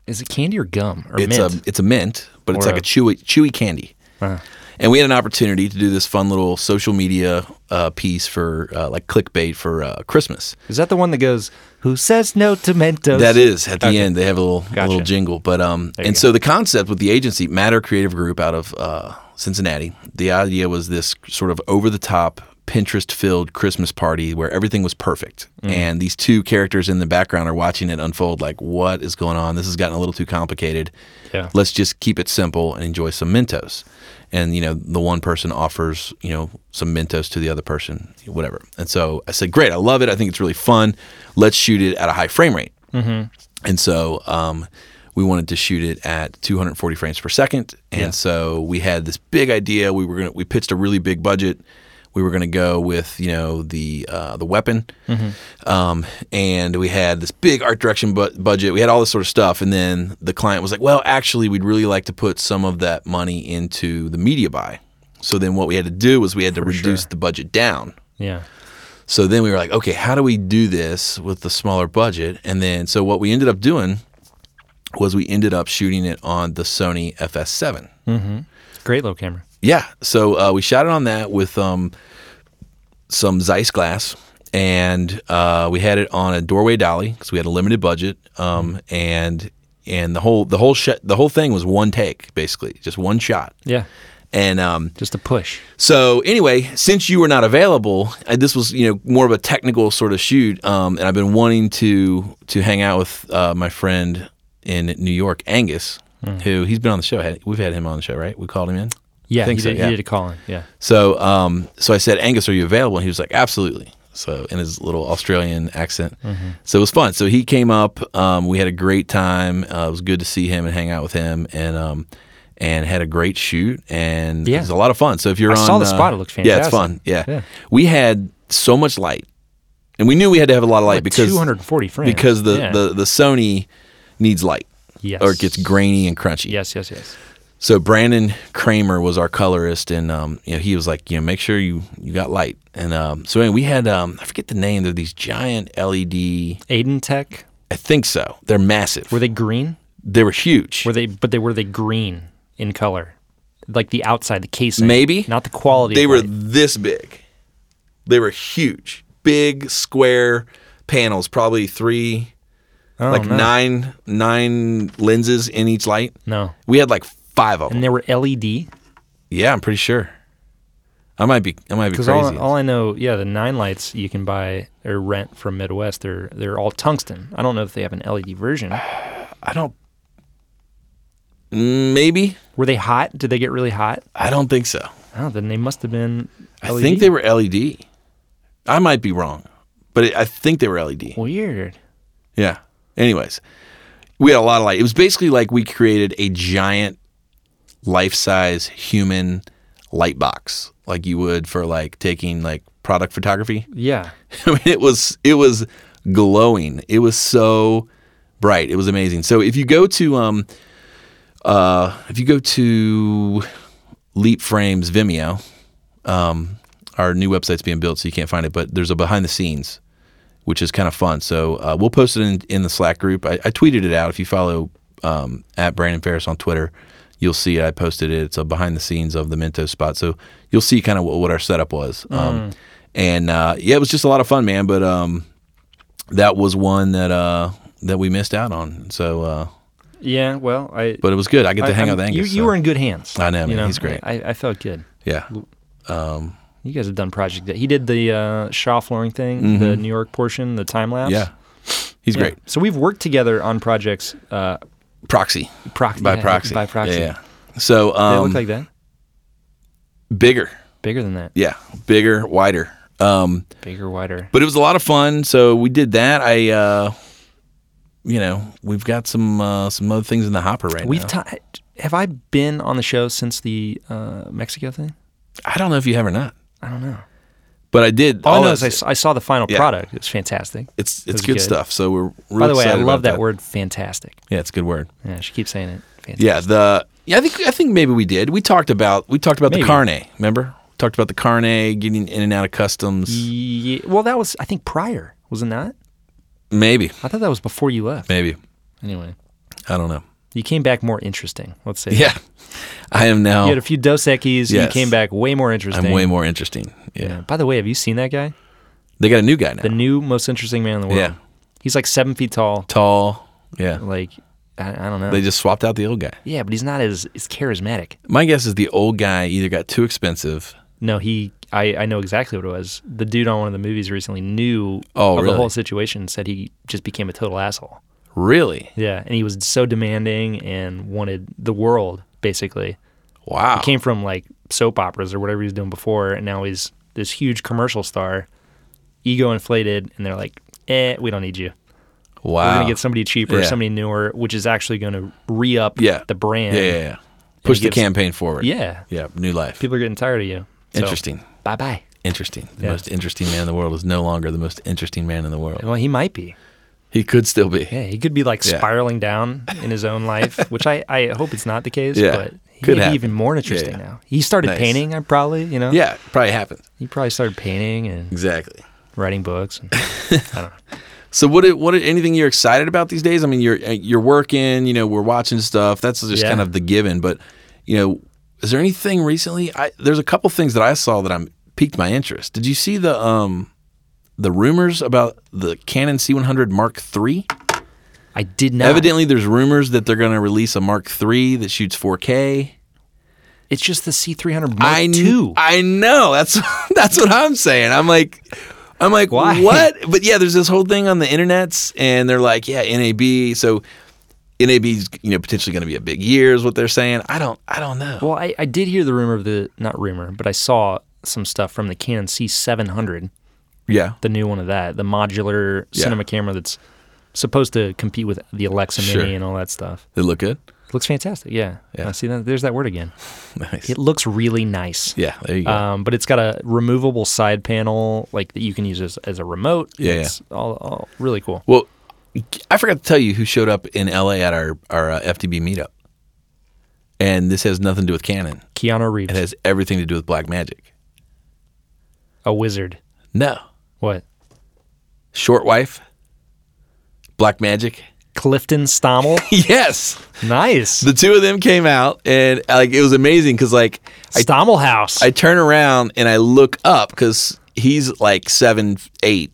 Is it candy or gum or
it's um,
mint?
a it's a mint but it's
Or
like a
a-
chewy chewy candy
Ah,
and we had an opportunity to do this fun little social media uh, piece for uh, like clickbait for uh, christmas
is that the one that goes? Who says no to Mentos?
That is at the
Okay.
end. They have a little a little
Gotcha.
jingle, but um,
you
and
go.
so the concept with the agency Matter Creative Group out of uh, Cincinnati, the idea was this sort of over the top Pinterest filled Christmas party where everything was perfect,
Mm-hmm.
and these two characters in the background are watching it unfold. Like, what is going on? This has gotten a little too complicated.
Yeah.
Let's just keep it simple and enjoy some Mentos. And you know, the one person offers you know some Mentos to the other person, whatever. And so I said, "Great, I love it. I think it's really fun. Let's shoot it at a high frame rate."
Mm-hmm.
And so um, we wanted to shoot it at 240 frames per second. And so we had this big idea. We were gonna we pitched a really big budget. We were gonna go with you know the uh, the weapon, um, and we had this big art direction bu- budget. We had all this sort of stuff, and then the client was like, "Well, actually, we'd really like to put some of that money into the media buy." So then what we had to do was we had to reduce the budget down
Yeah.
so then we were like, okay, how do we do this with the smaller budget? And then, so what we ended up doing was we ended up shooting it on the Sony FS7.
Great low camera.
Yeah. So uh, we shot it on that with um, some Zeiss glass, and uh, we had it on a doorway dolly because we had a limited budget, um, and and the whole the whole sh- the whole thing was one take basically, just one shot.
Yeah.
And um,
Just a push.
so anyway, since you were not available, uh, this was you know more of a technical sort of shoot, um, and I've been wanting to to hang out with uh, my friend in New York, Angus, who he's been on the show. Had- We've had him on the show, right? We called him in.
Yeah,
think
he,
so,
did,
yeah.
he did a call in. Yeah.
So um, so I said, Angus, are you available? And he was like, absolutely. So in his little Australian accent,
Mm-hmm.
so it was fun. So he came up. Um, we had a great time. Uh, it was good to see him and hang out with him, and um, and had a great shoot. And
Yeah.
it was a lot of fun. So if you're
I
on,
saw the
uh,
spot. It looked
Yeah, it's
fantastic.
fun. Yeah.
Yeah.
we had so much light, and we knew we had to have a lot of light
Like
because
240 frames.
because the,
Yeah.
the the Sony needs light
yes.
or it gets grainy and crunchy.
Yes, yes, yes.
So Brandon Kramer was our colorist, and um, you know he was like, you know, make sure you you got light. And um, so anyway, we had um, I forget the name. They're these giant LED.
Aiden Tech.
I think so. They're massive.
Were they green?
they were huge.
Were they? But they were they green in color, like the outside, the casing.
Maybe.
not the quality.
they
of
were
light.
this big. They were huge, big square panels, probably three,
Oh,
like
no.
nine nine lenses in each light.
No,
We had like five of them.
and they were E LED.
Yeah, I'm pretty sure. I might be. I might be
Because
crazy.
all, all I know, yeah, the nine lights you can buy or rent from Midwest, they're they're all tungsten. I don't know if they have an LED version.
I don't. Mm, Maybe
Were they hot? Did they get really hot?
I don't think so.
Oh, then they must have been. LED.
I think they were LED. I might be wrong, but it, I think they were LED.
weird.
Yeah. Anyways, we had a lot of light. It was basically like we created a giant life-size human light box, like you would for like taking like product photography.
Yeah,
[laughs] I mean, it was it was glowing. It was so bright. It was amazing. So if you go to um, uh, if you go to Leap Frames Vimeo, um, our new website's being built, so you can't find it. But there's a behind the scenes, which is kind of fun. So uh, we'll post it in, in the Slack group. I, I tweeted it out. If you follow um, at Brandon Ferris on Twitter, you'll see it. I posted it. It's a behind the scenes of the Mento spot. So you'll see kind of what, what our setup was.
Hmm.
Um, And uh, yeah, it was just a lot of fun, man. But um, that was one that uh, that we missed out on. So, uh,
yeah. Well, I.
but it was good. I get to
I-
hang
I'm-
out with Angus.
You, you
so-
were in good hands.
I know,
you
man. He's great.
I, I felt good.
yeah,
You guys have done project that he did the uh, Shaw flooring thing, the New York portion, the time lapse.
Mm-hmm. yeah. He's
Yeah.
great.
So we've worked together on projects uh,
Proxy
proc-
by
yeah,
proxy.
[laughs] By proxy.
Yeah. yeah. So
They
um,
look like that.
bigger.
Bigger than that.
Yeah, bigger, wider. Um,
Bigger, wider.
but it was a lot of fun. So we did that. I, uh, you know, we've got some uh, some other things in the hopper right
We've
now.
ta- have I been on the show since the uh, Mexico thing?
I don't know if you have or not,
I don't know. Oh,
but I did.
All, I know
that-
is I, s- I saw the final
Yeah.
product. It was fantastic.
it's
was
it's good,
good.
stuff. So we're real
By the way, I
excited
love
about
that, word fantastic.
Yeah, it's a good word.
Yeah, she keeps saying it. Fantastic.
Yeah, the yeah, I think I think maybe we did. We talked about we talked about
Maybe.
the carne. Remember, we talked about the carne getting in and out of customs.
Yeah. Well, that was I think prior, was it not?
Maybe,
I thought that was before you left.
maybe
Anyway.
I don't know. [laughs]
You came back more interesting. Let's say.
Yeah, I am now.
You had a few Dos Equis. You
Yes.
came back way more interesting.
I'm way more interesting.
Yeah.
Yeah,
By the way, have you seen that guy?
they got a new guy now.
The new most interesting man in the world.
Yeah.
He's like seven feet tall.
tall. Yeah.
Like I, I don't know.
They just swapped out the old guy.
yeah, but he's not as, as charismatic.
My guess is the old guy either got too expensive.
No, he. I, I know exactly what it was. The dude on one of the movies recently knew
Oh,
of
really?
the whole situation. and Said he just became a total asshole.
Really?
Yeah, and he was so demanding and wanted the world basically.
Wow.
came from like soap operas or whatever he was doing before, and now he's this huge commercial star, ego inflated, and they're like, "Eh, we don't need you. We're
Wow.
gonna get somebody cheaper,
Uh, Yeah.
somebody newer, which is actually gonna re up
Yeah.
the brand.
yeah, yeah, yeah. Push the
gives-
campaign forward.
Yeah.
Yeah. New life.
People are getting tired of you. So,
interesting.
Bye bye.
Interesting. The
Yeah.
most interesting man in the world is no longer the most interesting man in the world.
Well, he might be.
He could still be.
Yeah, he could be like
Yeah.
spiraling down in his
[laughs]
own life, which I, I hope it's not the case.
Yeah.
but he
Could
may
happen.
be even more interesting
Yeah.
now. He started
Nice.
painting, I probably you know.
Yeah, probably happened.
He probably started painting and
Exactly.
writing books. And, I don't know.
So what? Did, what? Did, anything you're excited about these days? I mean, you're eh, you're working. You know, we're watching stuff. That's just
Yeah.
kind of the given. But you know, is there anything recently? I, there's a couple things that I saw that I'm piqued my interest. Did you see the um the rumors about the Canon C100 Mark III?
I did not.
Evidently, there's rumors that they're going to release a Mark III that shoots 4K.
It's just the C300 Mark
I
II.
knew. I know. That's [laughs] that's what I'm saying. I'm like, I'm like,
Why?
what? But yeah, there's this whole thing on the internets, and they're like, yeah, NAB. So NAB's you know potentially going to be a big year is what they're saying. I don't. I don't know.
well, I, I did hear the rumor of the, not rumor, but I saw some stuff from the Canon C700,
yeah.
the new one of that, the modular
Yeah.
cinema camera that's supposed to compete with the Alexa
Sure.
Mini and all that stuff.
They look good. [laughs]
Looks fantastic. Yeah.
Yeah.
I see that. There's that word again.
Nice.
It looks really nice.
yeah. There you go.
Um, but it's got a removable side panel, like that you can use as, as a remote.
Yeah, yeah.
it's All, all really cool.
well, I forgot to tell you who showed up in LA at our our uh, FTB meetup, and this has nothing to do with Canon.
Keanu Reeves,
It has everything to do with Black Magic.
a wizard.
No.
What?
Short wife. Black Magic. [laughs]
Clifton Stommel.
yes.
nice.
the two of them came out and like it was amazing because like I,
Stommel House.
I turn around and I look up because he's like seven eight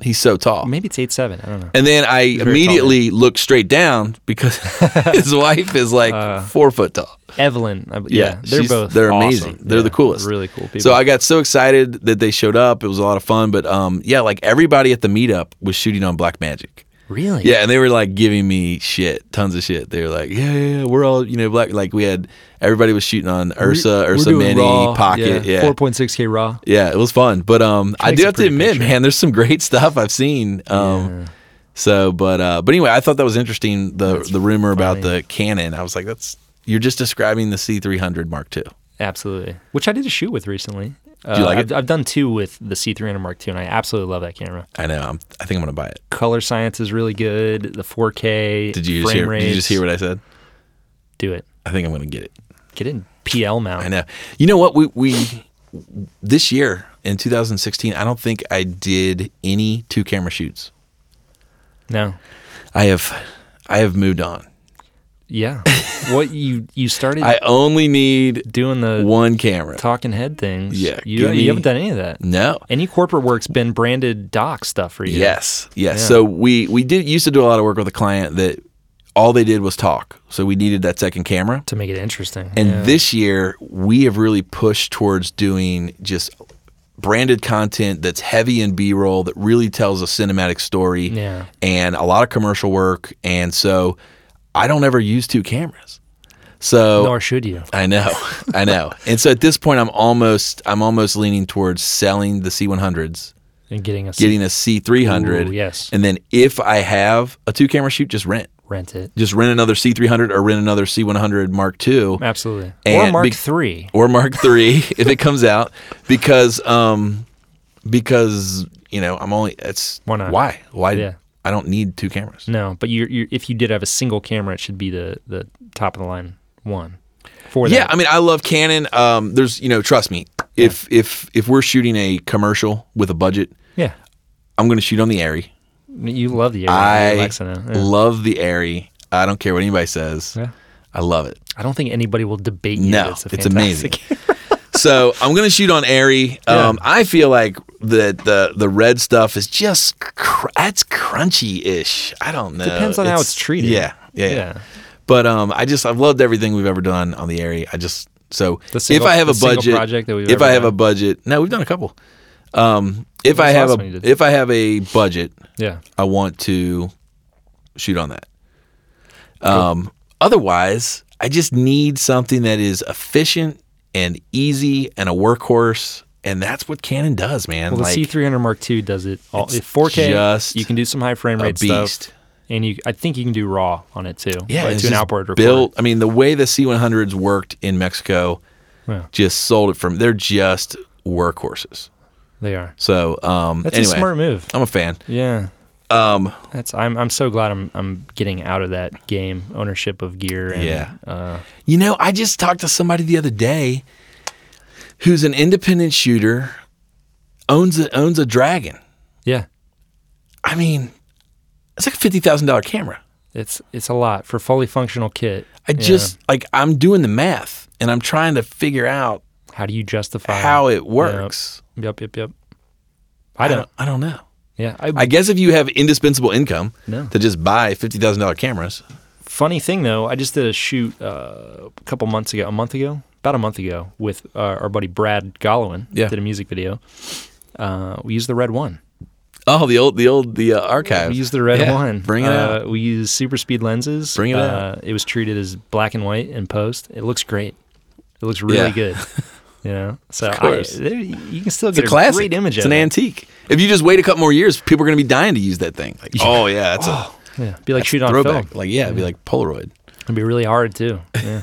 he's so tall
Maybe it's eight seven. I don't know.
and then I
tall,
immediately look straight down
[laughs]
because his wife is like four foot tall
Evelyn. I, Uh, yeah,
yeah,
they're
she's-
both.
they're
awesome.
amazing they're
Yeah,
the coolest
Really cool people.
so I got so excited that they showed up it was a lot of fun but um yeah like everybody at the meetup was shooting on Black Magic
really.
yeah, and they were like giving me shit, tons of shit. They were like, yeah, yeah, yeah, we're all, you know, black. Like we had everybody was shooting on Ursa, Ursa Mini, Pocket. Yeah.
Four point six k raw.
yeah, it was fun. But um, I
Takes
do
a
have to
pretty
admit,
picture.
man, there's some great stuff I've seen. Um, so, but uh, but anyway, I thought that was interesting. The the rumor about the Canon, I was like, that's you're just describing the C300 Mark II.
Absolutely. Which I did a shoot with recently. Uh,
you like
I've,
it?
I've done two with the C300 Mark II, and I absolutely love that camera.
I know. I'm, I think I'm gonna buy it.
Color science is really good. The 4K.
Did you just
frame
hear? Did you just
rates.
hear what I said?
Do it.
I think I'm gonna get it.
Get in PL mount.
I know. You know what? We we this year in 2016, I don't think I did any two camera shoots.
No.
I have I have moved on. [laughs]
Yeah. what you you started
I only need
doing the
one camera.
talking head things.
Yeah,
You,
give me-
you haven't done any of that.
No.
Any corporate work's been branded doc stuff for you.
Yes. Yes. So we we did used to do a lot of work with a client that all they did was talk. So we needed that second camera.
To make it interesting.
And
yeah.
this year, we have really pushed towards doing just branded content that's heavy in B roll that really tells a cinematic story
Yeah.
and a lot of commercial work. And so I don't ever use two cameras. So
Nor should you.
I know, I
[laughs]
know. and so at this point, I'm almost, I'm almost leaning towards selling the C100s,
And getting us
getting a C300.
Ooh, yes.
And then if I have a two camera shoot, just rent,
rent it.
just rent another C300 or rent another C100 Mark II
Absolutely. or
And
Mark
be-
three.
or Mark Three [laughs] if it comes out, because um, because you know I'm only it's
Why not?
why why
Yeah.
I don't need two cameras.
No, but you you if you did have a single camera, it should be the the top of the line one. For that.
Yeah, I mean I love Canon. Um, there's you know trust me if if if we're shooting a commercial with a budget,
Yeah.
I'm going to shoot on the Airy.
You love the
I
Alexa now. Yeah.
love the Airy. I don't care what anybody says.
Yeah.
I love it.
I don't think anybody will debate you.
No,
that a
it's
fantastic [laughs]
amazing. so I'm gonna shoot on airy. Um, I feel like the the the red stuff is just cr- that's crunchy ish. I don't know.
depends on how it's treated.
Yeah, yeah, yeah.
Yeah.
But um, I just I've loved everything we've ever done on the airy. I just so
The single-
if I have
the
a
single
budget,
project that we've
if
ever
I have a
done?
budget, no, we've done a couple. Um, if I
the
have
last one you
a
did?
if I have a budget,
Yeah.
I want to shoot on that. Um, Otherwise, I just need something that is efficient and easy and a workhorse, and that's what Canon does, man.
Well, the
like
C300 Mark II does it all. It's 4K.
just
you can do some high frame
a
rate stuff,
beast.
and you. I think you can do RAW on it too.
yeah,
like
it's
to an
just
outboard recorder.
built. I mean, the way the C100s worked in Mexico
Yeah,
just sold it from. They're just workhorses.
they are.
So um,
That's
anyway,
a smart move.
I'm a fan.
Yeah,
Um,
that's. I'm. I'm so glad I'm. I'm getting out of that game ownership of gear. And,
Yeah.
Uh,
You know, I just talked to somebody the other day who's an independent shooter, owns a, owns a dragon.
yeah.
I mean, it's like a fifty thousand dollar camera.
It's. It's a lot for fully functional kit.
I
Yeah.
just like I'm doing the math and I'm trying to figure out
How do you justify
how it works.
Yep. Yep. Yep. I don't.
I don't know.
Yeah. I,
I guess if you have indispensable income
No.
to just buy fifty thousand dollar cameras,
funny thing though, I just did a shoot uh, a couple months ago, a month ago, about a month ago with uh, our buddy Brad Gollowin.
Yeah.
Did a music video. Uh, we used the red one.
Oh, the old, the old, the uh, archives.
We used the red
Yeah,
one.
Bring it
uh,
out.
We used super speed lenses.
Bring it
uh,
out.
It was treated as black and white in post. It looks great. It looks really
Yeah. [laughs]
good. You know, so I,
course.
there, you can still
It's a
get a,
classic.
great image.
It's
of
an
it.
antique. If you just wait a couple more years, people are going to be dying to use that thing. Like, oh yeah,
[gasps]
that's
Yeah, be like shoot
a
on
throwback.
film.
Like yeah, it'd be like Polaroid.
It'd be really hard too.
[laughs]
Yeah.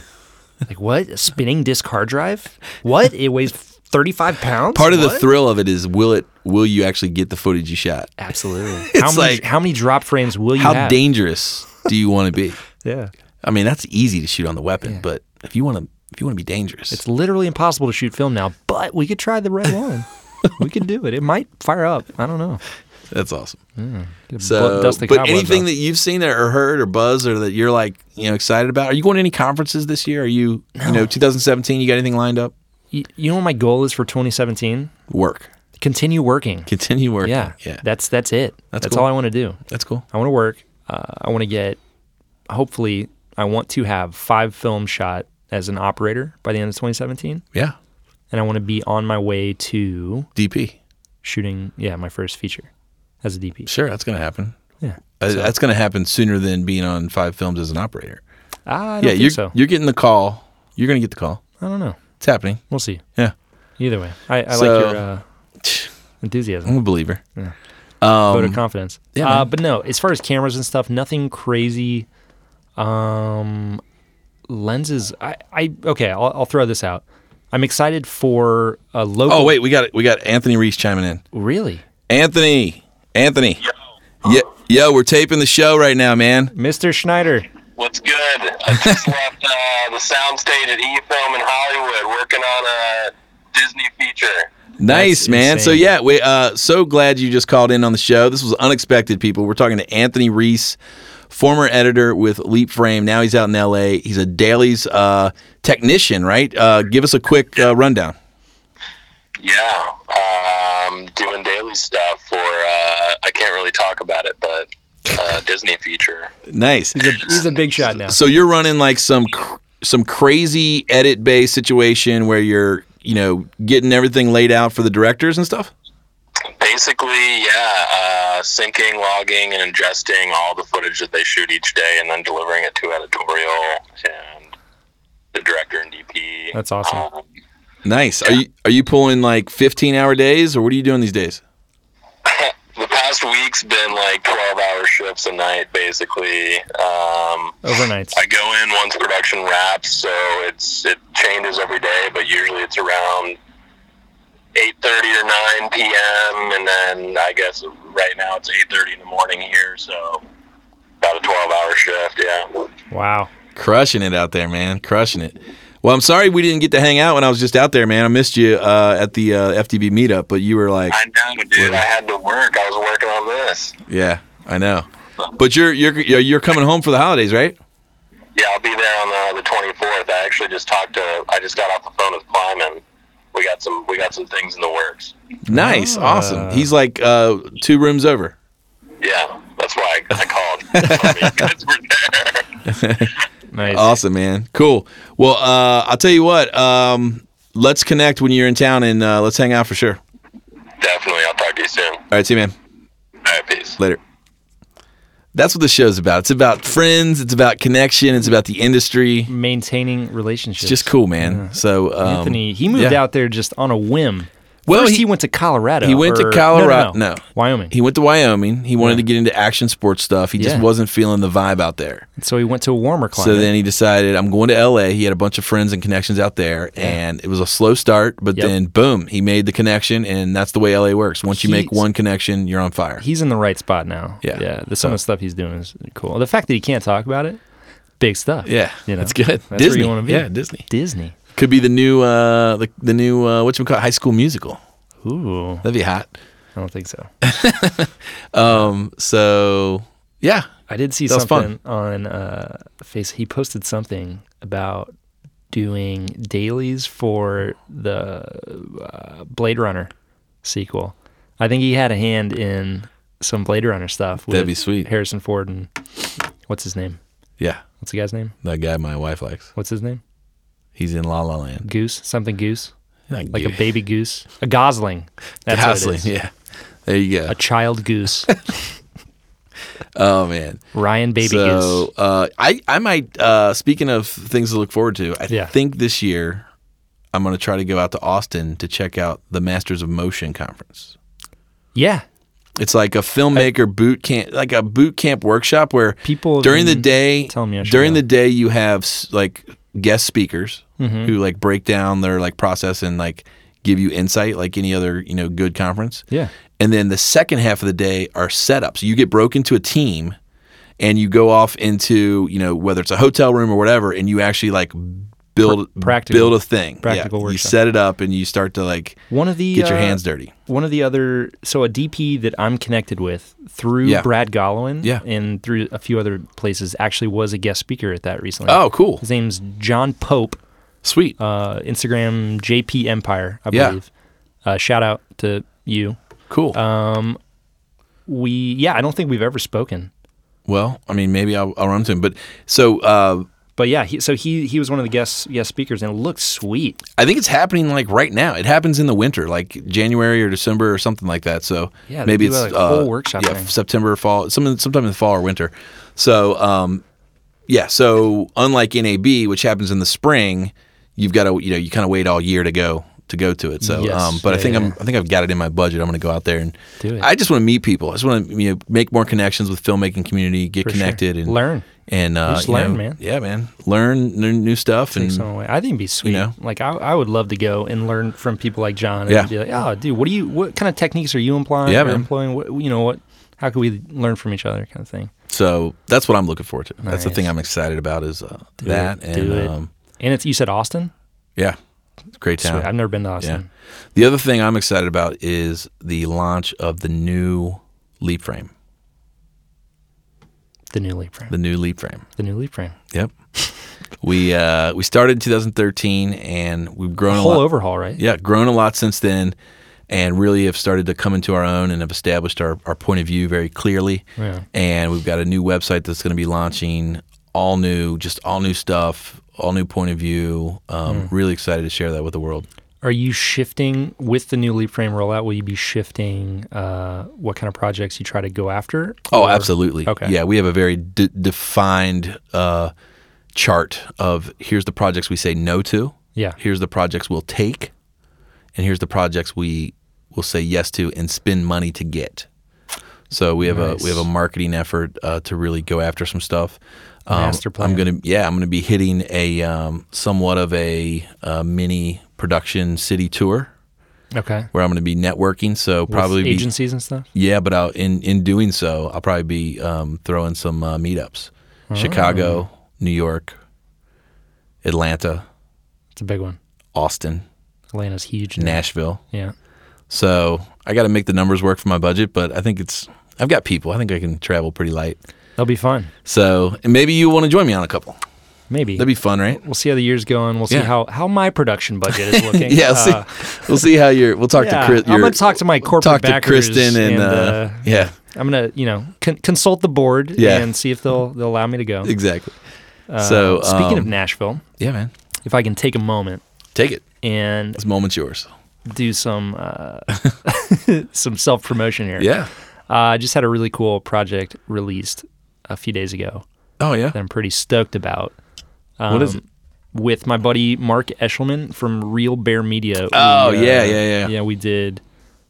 like what? A spinning disc hard drive? What? It weighs thirty-five pounds.
Part of the
What?
thrill of it is will it will you actually get the footage you shot? [laughs]
Absolutely. how
It's
many
like-
how many drop frames will you
How
have?
dangerous do you want to
[laughs]
be?
yeah.
I mean, that's easy to shoot on the weapon, but if you want to if you want to be dangerous,
It's literally impossible to shoot film now, but we could try the
[laughs]
red one. we could do it. It might fire up. I don't know.
that's awesome.
Get a
So,
blood- dust the
but
cobwebs
anything
off.
that you've seen or heard or buzz or that you're like you know excited about? Are you going to any conferences this year? Are you you know 2017? You got anything lined up?
you, you know what my goal is for 2017?
Work, [laughs]
Continue working.
continue working.
yeah.
yeah,
That's that's it.
That's
That's,
cool.
all I want to do.
that's cool.
I want to work. Uh, I want to get. Hopefully, I want to have five films shot as an operator by the end of 2017,
Yeah,
and I want to be on my way to
DP.
shooting. Yeah, my first feature as a DP.
Sure, that's going to happen.
Yeah.
Uh, that's going to happen sooner than being on five films as an operator.
I don't
Yeah,
think
you're
so.
you're getting the call. You're going to get the call.
I don't know.
It's happening. [sighs]
We'll see.
Yeah,
Either way, I, I
So-
like your uh, enthusiasm.
I'm a believer.
vote of confidence.
Um, yeah,
uh,
man.
but no, as far as cameras and stuff, nothing crazy. Um, lenses. I, I okay. I'll, I'll throw this out. I'm excited for a local.
Oh wait, we got we got Anthony Reese chiming in.
really,
Anthony, Anthony. Yeah, yo, we're taping the show right now, man.
Mr. Schneider?
What's good? I
[laughs]
just left uh, the soundstage at E-Film in Hollywood working on a Disney feature.
Nice,
That's
man. So
insane.
yeah, we uh so glad you just called in on the show. This was unexpected, people. We're talking to Anthony Reese, former editor with Leap Frame. Now he's out in LA. He's a dailies uh technician, right? Uh give us a quick uh, rundown.
Yeah, um, doing daily stuff for, uh, I can't really talk about it, but
[laughs]
uh, Disney feature.
Nice.
He's a, he's a big shot now.
So you're running like some cr- some crazy edit based situation where you're, you know, getting everything laid out for the directors and stuff?
Basically, yeah, uh, syncing, logging, and ingesting all the footage that they shoot each day and then delivering it to editorial and the director and DP.
That's awesome.
Um,
Nice. Are you are you pulling like 15 hour days or what are you doing these days?
the past week's been like 12 hour shifts a night basically um,
Overnights.
i go in once production wraps so it's it changes every day but usually it's around 8.30 or 9 p.m and then i guess right now it's 8.30 in the morning here so about a 12 hour shift yeah
Wow.
Crushing it out there, man. Crushing it. Well, I'm sorry we didn't get to hang out when I was just out there, man. I missed you uh, at the uh, FTB meetup, but you were like,
i know dude i had to work i was working on this
yeah, I know. But you're you're you're you're coming home for the holidays, right?
Yeah, I'll be there on uh, the, the 24th. I actually just talked to. I just got off the phone with Kleiman. We got some. We got some things in the works.
Nice, awesome.
Ah.
He's like uh, two rooms over.
Yeah, that's why I, I called. I mean, 'cause we're there.
Nice.
Awesome, man. Cool. Well, uh, I'll tell you what. Um, let's connect when you're in town and uh, let's hang out for sure. All
Definitely, I'll talk to you soon. All
right, see you, man.
right, peace.
Later. That's what the show's about. It's about friends. It's about connection. It's about the industry.
Maintaining relationships.
It's just cool, man. So um,
Anthony, he moved
yeah.
out there just on a whim.
Well,
First, he,
he-
went to Colorado.
he went to
or- no,
Colorado-
No, no,
no.
Wyoming.
He went to Wyoming. He wanted to get into action sports stuff. He just
Yeah.
wasn't feeling the vibe out there.
so he went to a warmer climate.
So then he decided, I'm going to LA. He had a bunch of friends and connections out there, and it was a slow start, but
Yep.
then boom, he made the connection, and that's the way LA works. Once you make
He's-
one connection, you're on fire.
he's in the right spot now.
Yeah.
yeah. The some of the stuff he's doing is cool. The fact that he can't talk about it, big stuff.
yeah,
you know,
that's good.
That's
Disney,
where you want to be.
yeah, Disney
Disney.
could be the new uh, the the new uh, what you call High School Musical.
Ooh, I
That'd be hot. Um,
don't think so.
So yeah,
I did see
That was
something on uh, Face. He posted something about doing dailies for the uh, Blade Runner sequel. I think he had a hand in some Blade Runner stuff. With
That'd be sweet.
Harrison Ford and what's his name?
yeah,
What's the guy's name?
that guy my wife likes.
What's his name?
He's in La La Land.
Goose, something goose,
Like,
like a baby goose, a gosling. That's
Gosling,
what it is.
yeah. There you go.
A child goose,
Oh man.
Ryan baby
so
goose.
uh, I I might uh, speaking of things to look forward to. I
Yeah.
think this year I'm going to try to go out to Austin to check out the Masters of Motion conference.
Yeah,
It's like a filmmaker boot camp, like a boot camp workshop where
People have
during the
been
day,
telling me I should
during
go.
the day you have s- like guest speakers
Mm-hmm.
who like break down their like process and like give you insight like any other you know good conference.
Yeah.
And then the second half of the day are setups. You get broke into a team, and you go off into you know whether it's a hotel room or whatever, and you actually like build
practical-
build a thing. Yeah.
practical
You
workshop.
set it up and you start to like
one of the
get your
uh,
hands dirty.
one of the other so a DP that I'm connected with through
Yeah.
Brad Gollowin
Yeah.
and through a few other places actually was a guest speaker at that recently.
Oh, cool,
His name's John Pope,
sweet.
uh, Instagram JP Empire, I
Yeah.
believe. Uh, shout out to you.
Cool.
uh, We yeah, I don't think we've ever spoken.
well, I mean, maybe I'll, I'll run into him. But so uh,
But yeah, he, so he he was one of the guest guest speakers and it looked sweet.
I think it's happening like right now. It happens in the winter, like January or December or something like that. So
Yeah, they
maybe
do,
it's uh,
like, a whole workshop
Yeah,
thing.
September, fall, some, sometime in the fall or winter. So um, yeah, so unlike NAB, which happens in the spring, you've got to you know you kind of wait all year to go to go to it. So
Yes.
um, but I
Yeah,
think
yeah,
I'm I think I've got it in my budget. I'm going to go out there and
Do it.
I just want to meet people. I just want to you know make more connections with filmmaking community, get
For sure.
connected and
Learn.
and uh,
Just
you
learn,
know,
man.
Yeah, man, learn new, new stuff and
some way. I think it'd be sweet.
know?
Like I, I would love to go and learn from people like John. And
Yeah.
Be like, oh, dude, what do you? What kind of techniques are you implying?
Yeah,
or
man.
Employing? What you know? What? How can we learn from each other? Kind of thing.
So that's what I'm looking forward to. That's the
Nice.
thing I'm excited about is uh, that
do
and
it.
Um,
And it's you said Austin.
yeah, it's a great town.
Sweet. I've never been to
yeah.
Austin.
The other thing I'm excited about is the launch of the new leap frame.
The new leap frame.
The new leap frame.
The new leap frame. [laughs]
Yep. we uh, we started in 2013 and we've grown a
Whole
lot.
overhaul, right?
Yeah, grown a lot since then, and really have started to come into our own and have established our, our point of view very clearly.
Yeah.
And we've got a new website that's going to be launching, all new, just all new stuff, all new point of view. Um, Really excited to share that with the world.
Are you shifting with the new leap frame rollout? Will you be shifting uh, what kind of projects you try to go after?
Oh,
Or-
absolutely.
okay.
Yeah, we have a very d- defined uh, chart of here's the projects we say no to.
Yeah.
Here's the projects we'll take, and here's the projects we will say yes to and spend money to get. So we have a we have a marketing effort uh, to really go after some stuff. Um,
Master plan.
I'm gonna yeah I'm gonna be hitting a um, somewhat of a uh, mini production city tour
Okay.
where I'm gonna be networking. So probably
With
be-
agencies and stuff.
yeah, but I'll, in in doing so, I'll probably be um, throwing some uh, meetups:
Oh.
Chicago, New York, Atlanta,
It's a big one.
Austin,
Atlanta's huge. now.
Nashville.
Yeah.
So I got to make the numbers work for my budget, but I think it's I've got people. I think I can travel pretty light.
That'll be fun.
So and maybe you want to join me on a couple.
Maybe.
That'd be fun, right?
We'll see how the year's going. We'll see
Yeah.
how, how my production
[laughs]
budget is looking.
Yeah, we'll see,
Uh,
we'll see how you're. We'll talk
yeah.
to Chris.
I'm gonna talk to my corporate
talk to
backers
Kristen and,
and,
uh,
uh,
yeah,
I'm gonna you know con- consult the board
Yeah.
and see if they'll they'll allow me to go. Uh,
exactly. so
Speaking of
um,
Nashville,
yeah, man,
if I can take a moment
take it.
and
This moment's yours.
do some uh, [laughs] some self promotion here.
Yeah.
Uh, I just had a really cool project released a few days ago
Oh yeah.
that I'm pretty stoked about. Um,
What is it?
With my buddy Mark Eshelman from Real Bear Media. We, uh,
Oh, yeah, yeah, yeah.
Yeah, we did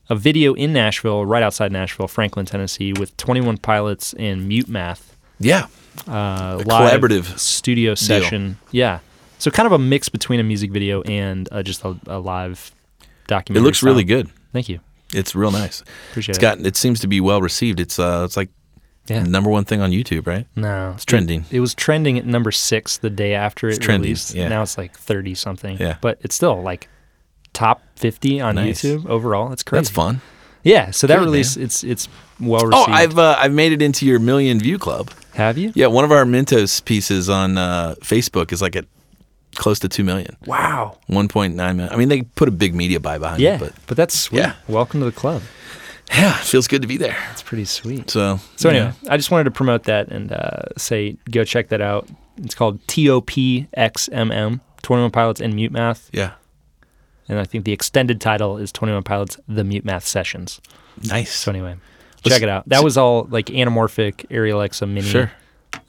a video in Nashville, right outside Nashville, Franklin, Tennessee, with 21 Pilots and Mute Math.
Yeah.
Uh, live
collaborative
studio session. Yeah. So kind of a mix between a music video and uh, just a, a live
It
documentary.
looks really
style.
good.
Thank you.
It's real nice.
Appreciate
It's
it.
gotten. It seems to be well received. It's uh, it's like
Yeah.
number one thing on YouTube, right?
No.
It's trending.
It was trending at number six the day after it
trending,
released.
yeah.
Now it's like thirty something.
Yeah.
But it's still like top fifty on
Nice.
YouTube overall. It's crazy.
That's fun.
Yeah. So that
Good,
release, it's it's well received.
Oh, I've uh, I've made it into your million view club.
have you?
Yeah, one of our Mentos pieces on uh, Facebook is like at close to two million.
Wow.
One point nine million. I mean, they put a big media buy behind
Yeah.
it,
But,
but
that's sweet.
Yeah.
Welcome to the club.
yeah, it feels good to be there.
It's pretty sweet.
So
So
yeah.
anyway, I just wanted to promote that and uh, say go check that out. It's called T O P X M M Twenty One Pilots and Mute Math,
Yeah.
and I think the extended title is Twenty One Pilots: The Mute Math Sessions.
Nice.
So anyway, check it out. That was all like anamorphic Arri Alexa mini,
Sure.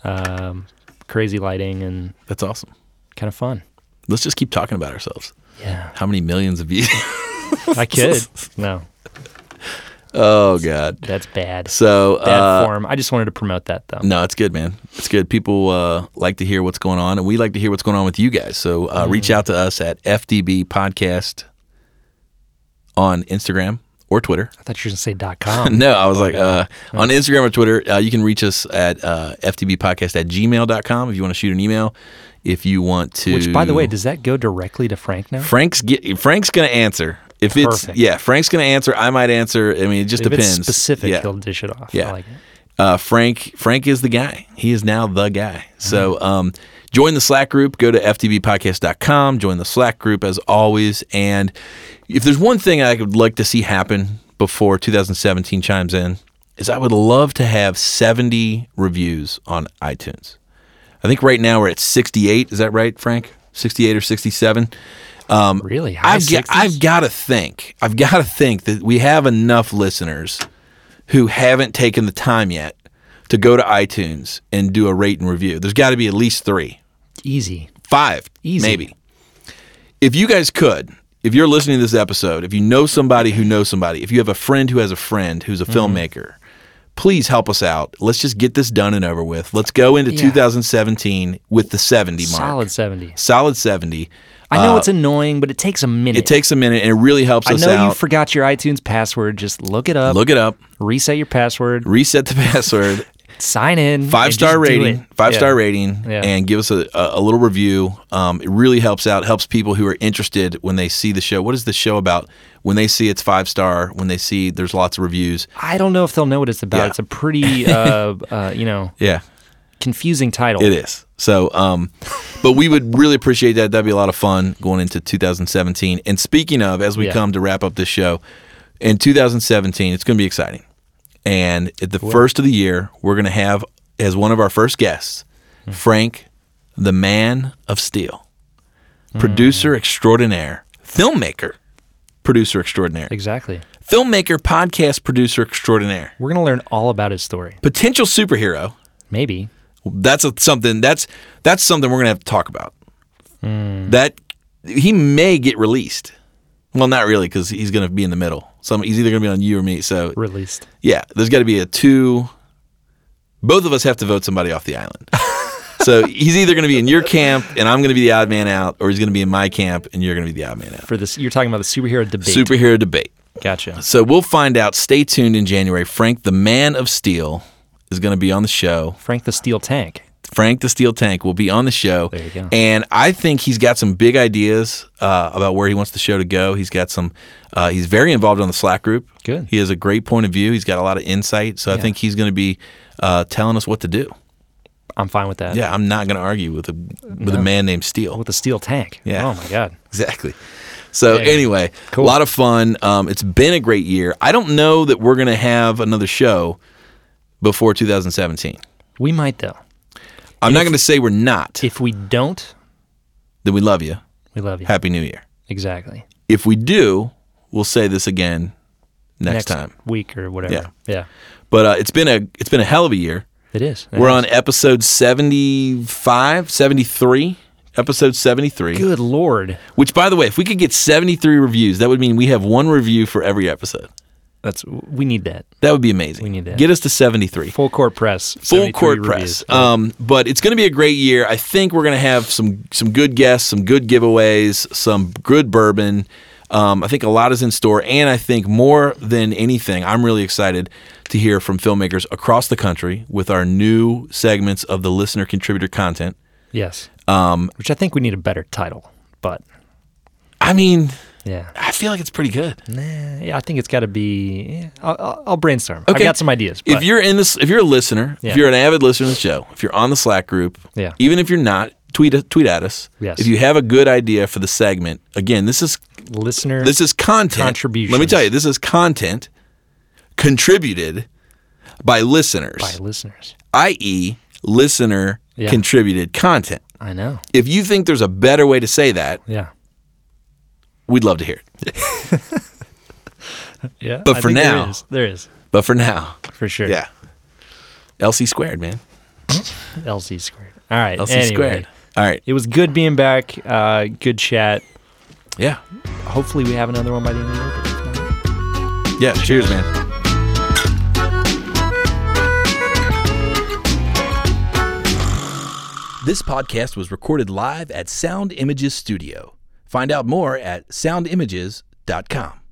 um, crazy lighting and
That's awesome.
kind of fun.
Let's just keep talking about ourselves.
Yeah,
How many millions of views? [laughs]
I could. No,
oh God.
that's bad.
So
Bad
uh,
form. I just wanted to promote that though.
no, it's good, man. It's good. People uh, like to hear what's going on, and we like to hear what's going on with you guys. So
Mm-hmm.
uh, reach out to us at FDB Podcast on Instagram or Twitter.
I thought you were gonna say dot
[laughs]
com.
No, I was like, uh, on Instagram or Twitter, uh, you can reach us at uh, ftbpodcast at gmail.com if you want to shoot an email. If you want to.
Which, by the way, does that go directly to Frank now?
Frank's get, Frank's going to answer. If
Perfect.
it's, yeah, Frank's going to answer. I might answer. I mean, it just
if
depends.
it's specific,
Yeah.
he'll dish it off.
Yeah.
I like it.
Uh, Frank Frank is the guy. He is now the guy. So um, join the Slack group. Go to ftbpodcast.com. Join the Slack group as always. And if there's one thing I would like to see happen before 2017 chimes in, is I would love to have 70 reviews on iTunes. I think right now we're at 68. Is that right, Frank? 68 or 67? Um,
Really? High
I've, got,
60s?
I've got to think. I've got to think that we have enough listeners who haven't taken the time yet to go to iTunes and do a rate and review. There's got to be at least three,
easy.
five,
Easy.
maybe. If you guys could, if you're listening to this episode, if you know somebody who knows somebody, if you have a friend who has a friend who's a
Mm-hmm.
filmmaker, please help us out. Let's just get this done and over with. Let's go into 2017 with the 70 mark.
Solid 70.
Solid 70.
I know it's annoying, but it takes a minute.
It takes a minute and it really helps
I
us
know
out.
you forgot your iTunes password. Just look it up.
Look it up.
reset your password.
reset the [laughs] password,
sign in.
five
and
star
just do
rating,
it.
five
Yeah.
star rating,
Yeah.
and give us a, a, a little review. Um, it really helps out, helps people who are interested when they see the show. What is the show about? When they see it's five star, when they see there's lots of reviews.
I don't know if they'll know what it's about.
Yeah.
It's
[laughs]
a pretty, uh, uh, you know,
Yeah,
confusing title.
it is. So, um, but we would really appreciate that. That'd be a lot of fun going into 2017. And speaking of, as we
Yeah.
come to wrap up this show, in 2017, it's going to be exciting. And at the first of the year, we're going to have as one of our first guests, Frank, the man of steel, producer extraordinaire, filmmaker, producer extraordinaire,
Exactly.
filmmaker, podcast producer extraordinaire,
We're going to learn all about his story.
potential superhero.
Maybe.
That's a, something that's that's something we're gonna have to talk about. That he may get released. Well, not really, because he's gonna be in the middle. Some he's either gonna be on you or me. So
Released.
yeah, there's got to be a two. Both of us have to vote somebody off the island. so he's either gonna be in your camp and I'm gonna be the odd man out, or he's gonna be in my camp and you're gonna be the odd man out.
For this, you're talking about the superhero debate.
Superhero debate.
Gotcha.
So we'll find out. Stay tuned in January. Frank, the man of steel, is gonna be on the show.
Frank the Steel Tank.
Frank the Steel Tank will be on the show.
There you go.
And I think he's got some big ideas uh, about where he wants the show to go. He's got some, uh, he's very involved on the Slack group.
Good.
He has a great point of view. He's got a lot of insight. So I think he's going to be uh, telling us what to do.
I'm fine with that.
Yeah, I'm not going to argue with a with a man named Steel.
With the steel tank.
Yeah.
Oh my God.
Exactly. So
Yeah.
anyway,
Cool.
a lot of fun. Um, it's been a great year. I don't know that we're going to have another show before 2017.
We might though.
I'm not going to say we're not.
If we don't,
Then we love you.
we love you.
Happy New Year.
Exactly.
If we do, we'll say this again next, time.
week or whatever.
Yeah.
Yeah.
But uh, it's been a it's been a hell of a year.
It is. It
We're
is.
on episode 75, 73, episode 73,
Good lord.
which by the way, if we could get 73 reviews, that would mean we have one review for every episode.
That's we need that.
That would be amazing. We
need that.
Get us to 73.
Full court press.
Full
73
court
reviews.
press. Um, but it's going to be a great year. I think we're going to have some some good guests, some good giveaways, some good bourbon. Um, I think a lot is in store, and I think more than anything, I'm really excited to hear from filmmakers across the country with our new segments of the listener contributor content.
Yes. Um which I think we need a better title, but
I mean,
yeah.
I feel like it's pretty good.
Yeah, I think it's got to be yeah, I'll, I'll, I'll brainstorm.
Okay.
I got some ideas.
If
but-
you're in this, if you're a listener,
Yeah.
if you're an avid listener to the show, if you're on the Slack group,
Yeah.
even if you're not, tweet tweet at us.
Yes.
If you have a good idea for the segment, again, this is
listener
This is content.
Contributions.
Let me tell you, this is content contributed by listeners,
by listeners.
i.e., listener
Yeah.
contributed content.
I know.
If you think there's a better way to say that,
Yeah.
we'd love to hear it.
Yeah.
But
I
for
think
now-
there is, there is
But for now,
for sure.
yeah. LC squared, man.
LC squared. All right.
LC
anyway,
squared. All right.
It was good being back. Uh, good chat.
Yeah.
Hopefully, we have another one by the end of the year. but if not-
Yeah. Cheers, man. This podcast was recorded live at Sound Images Studio. Find out more at soundimages.com.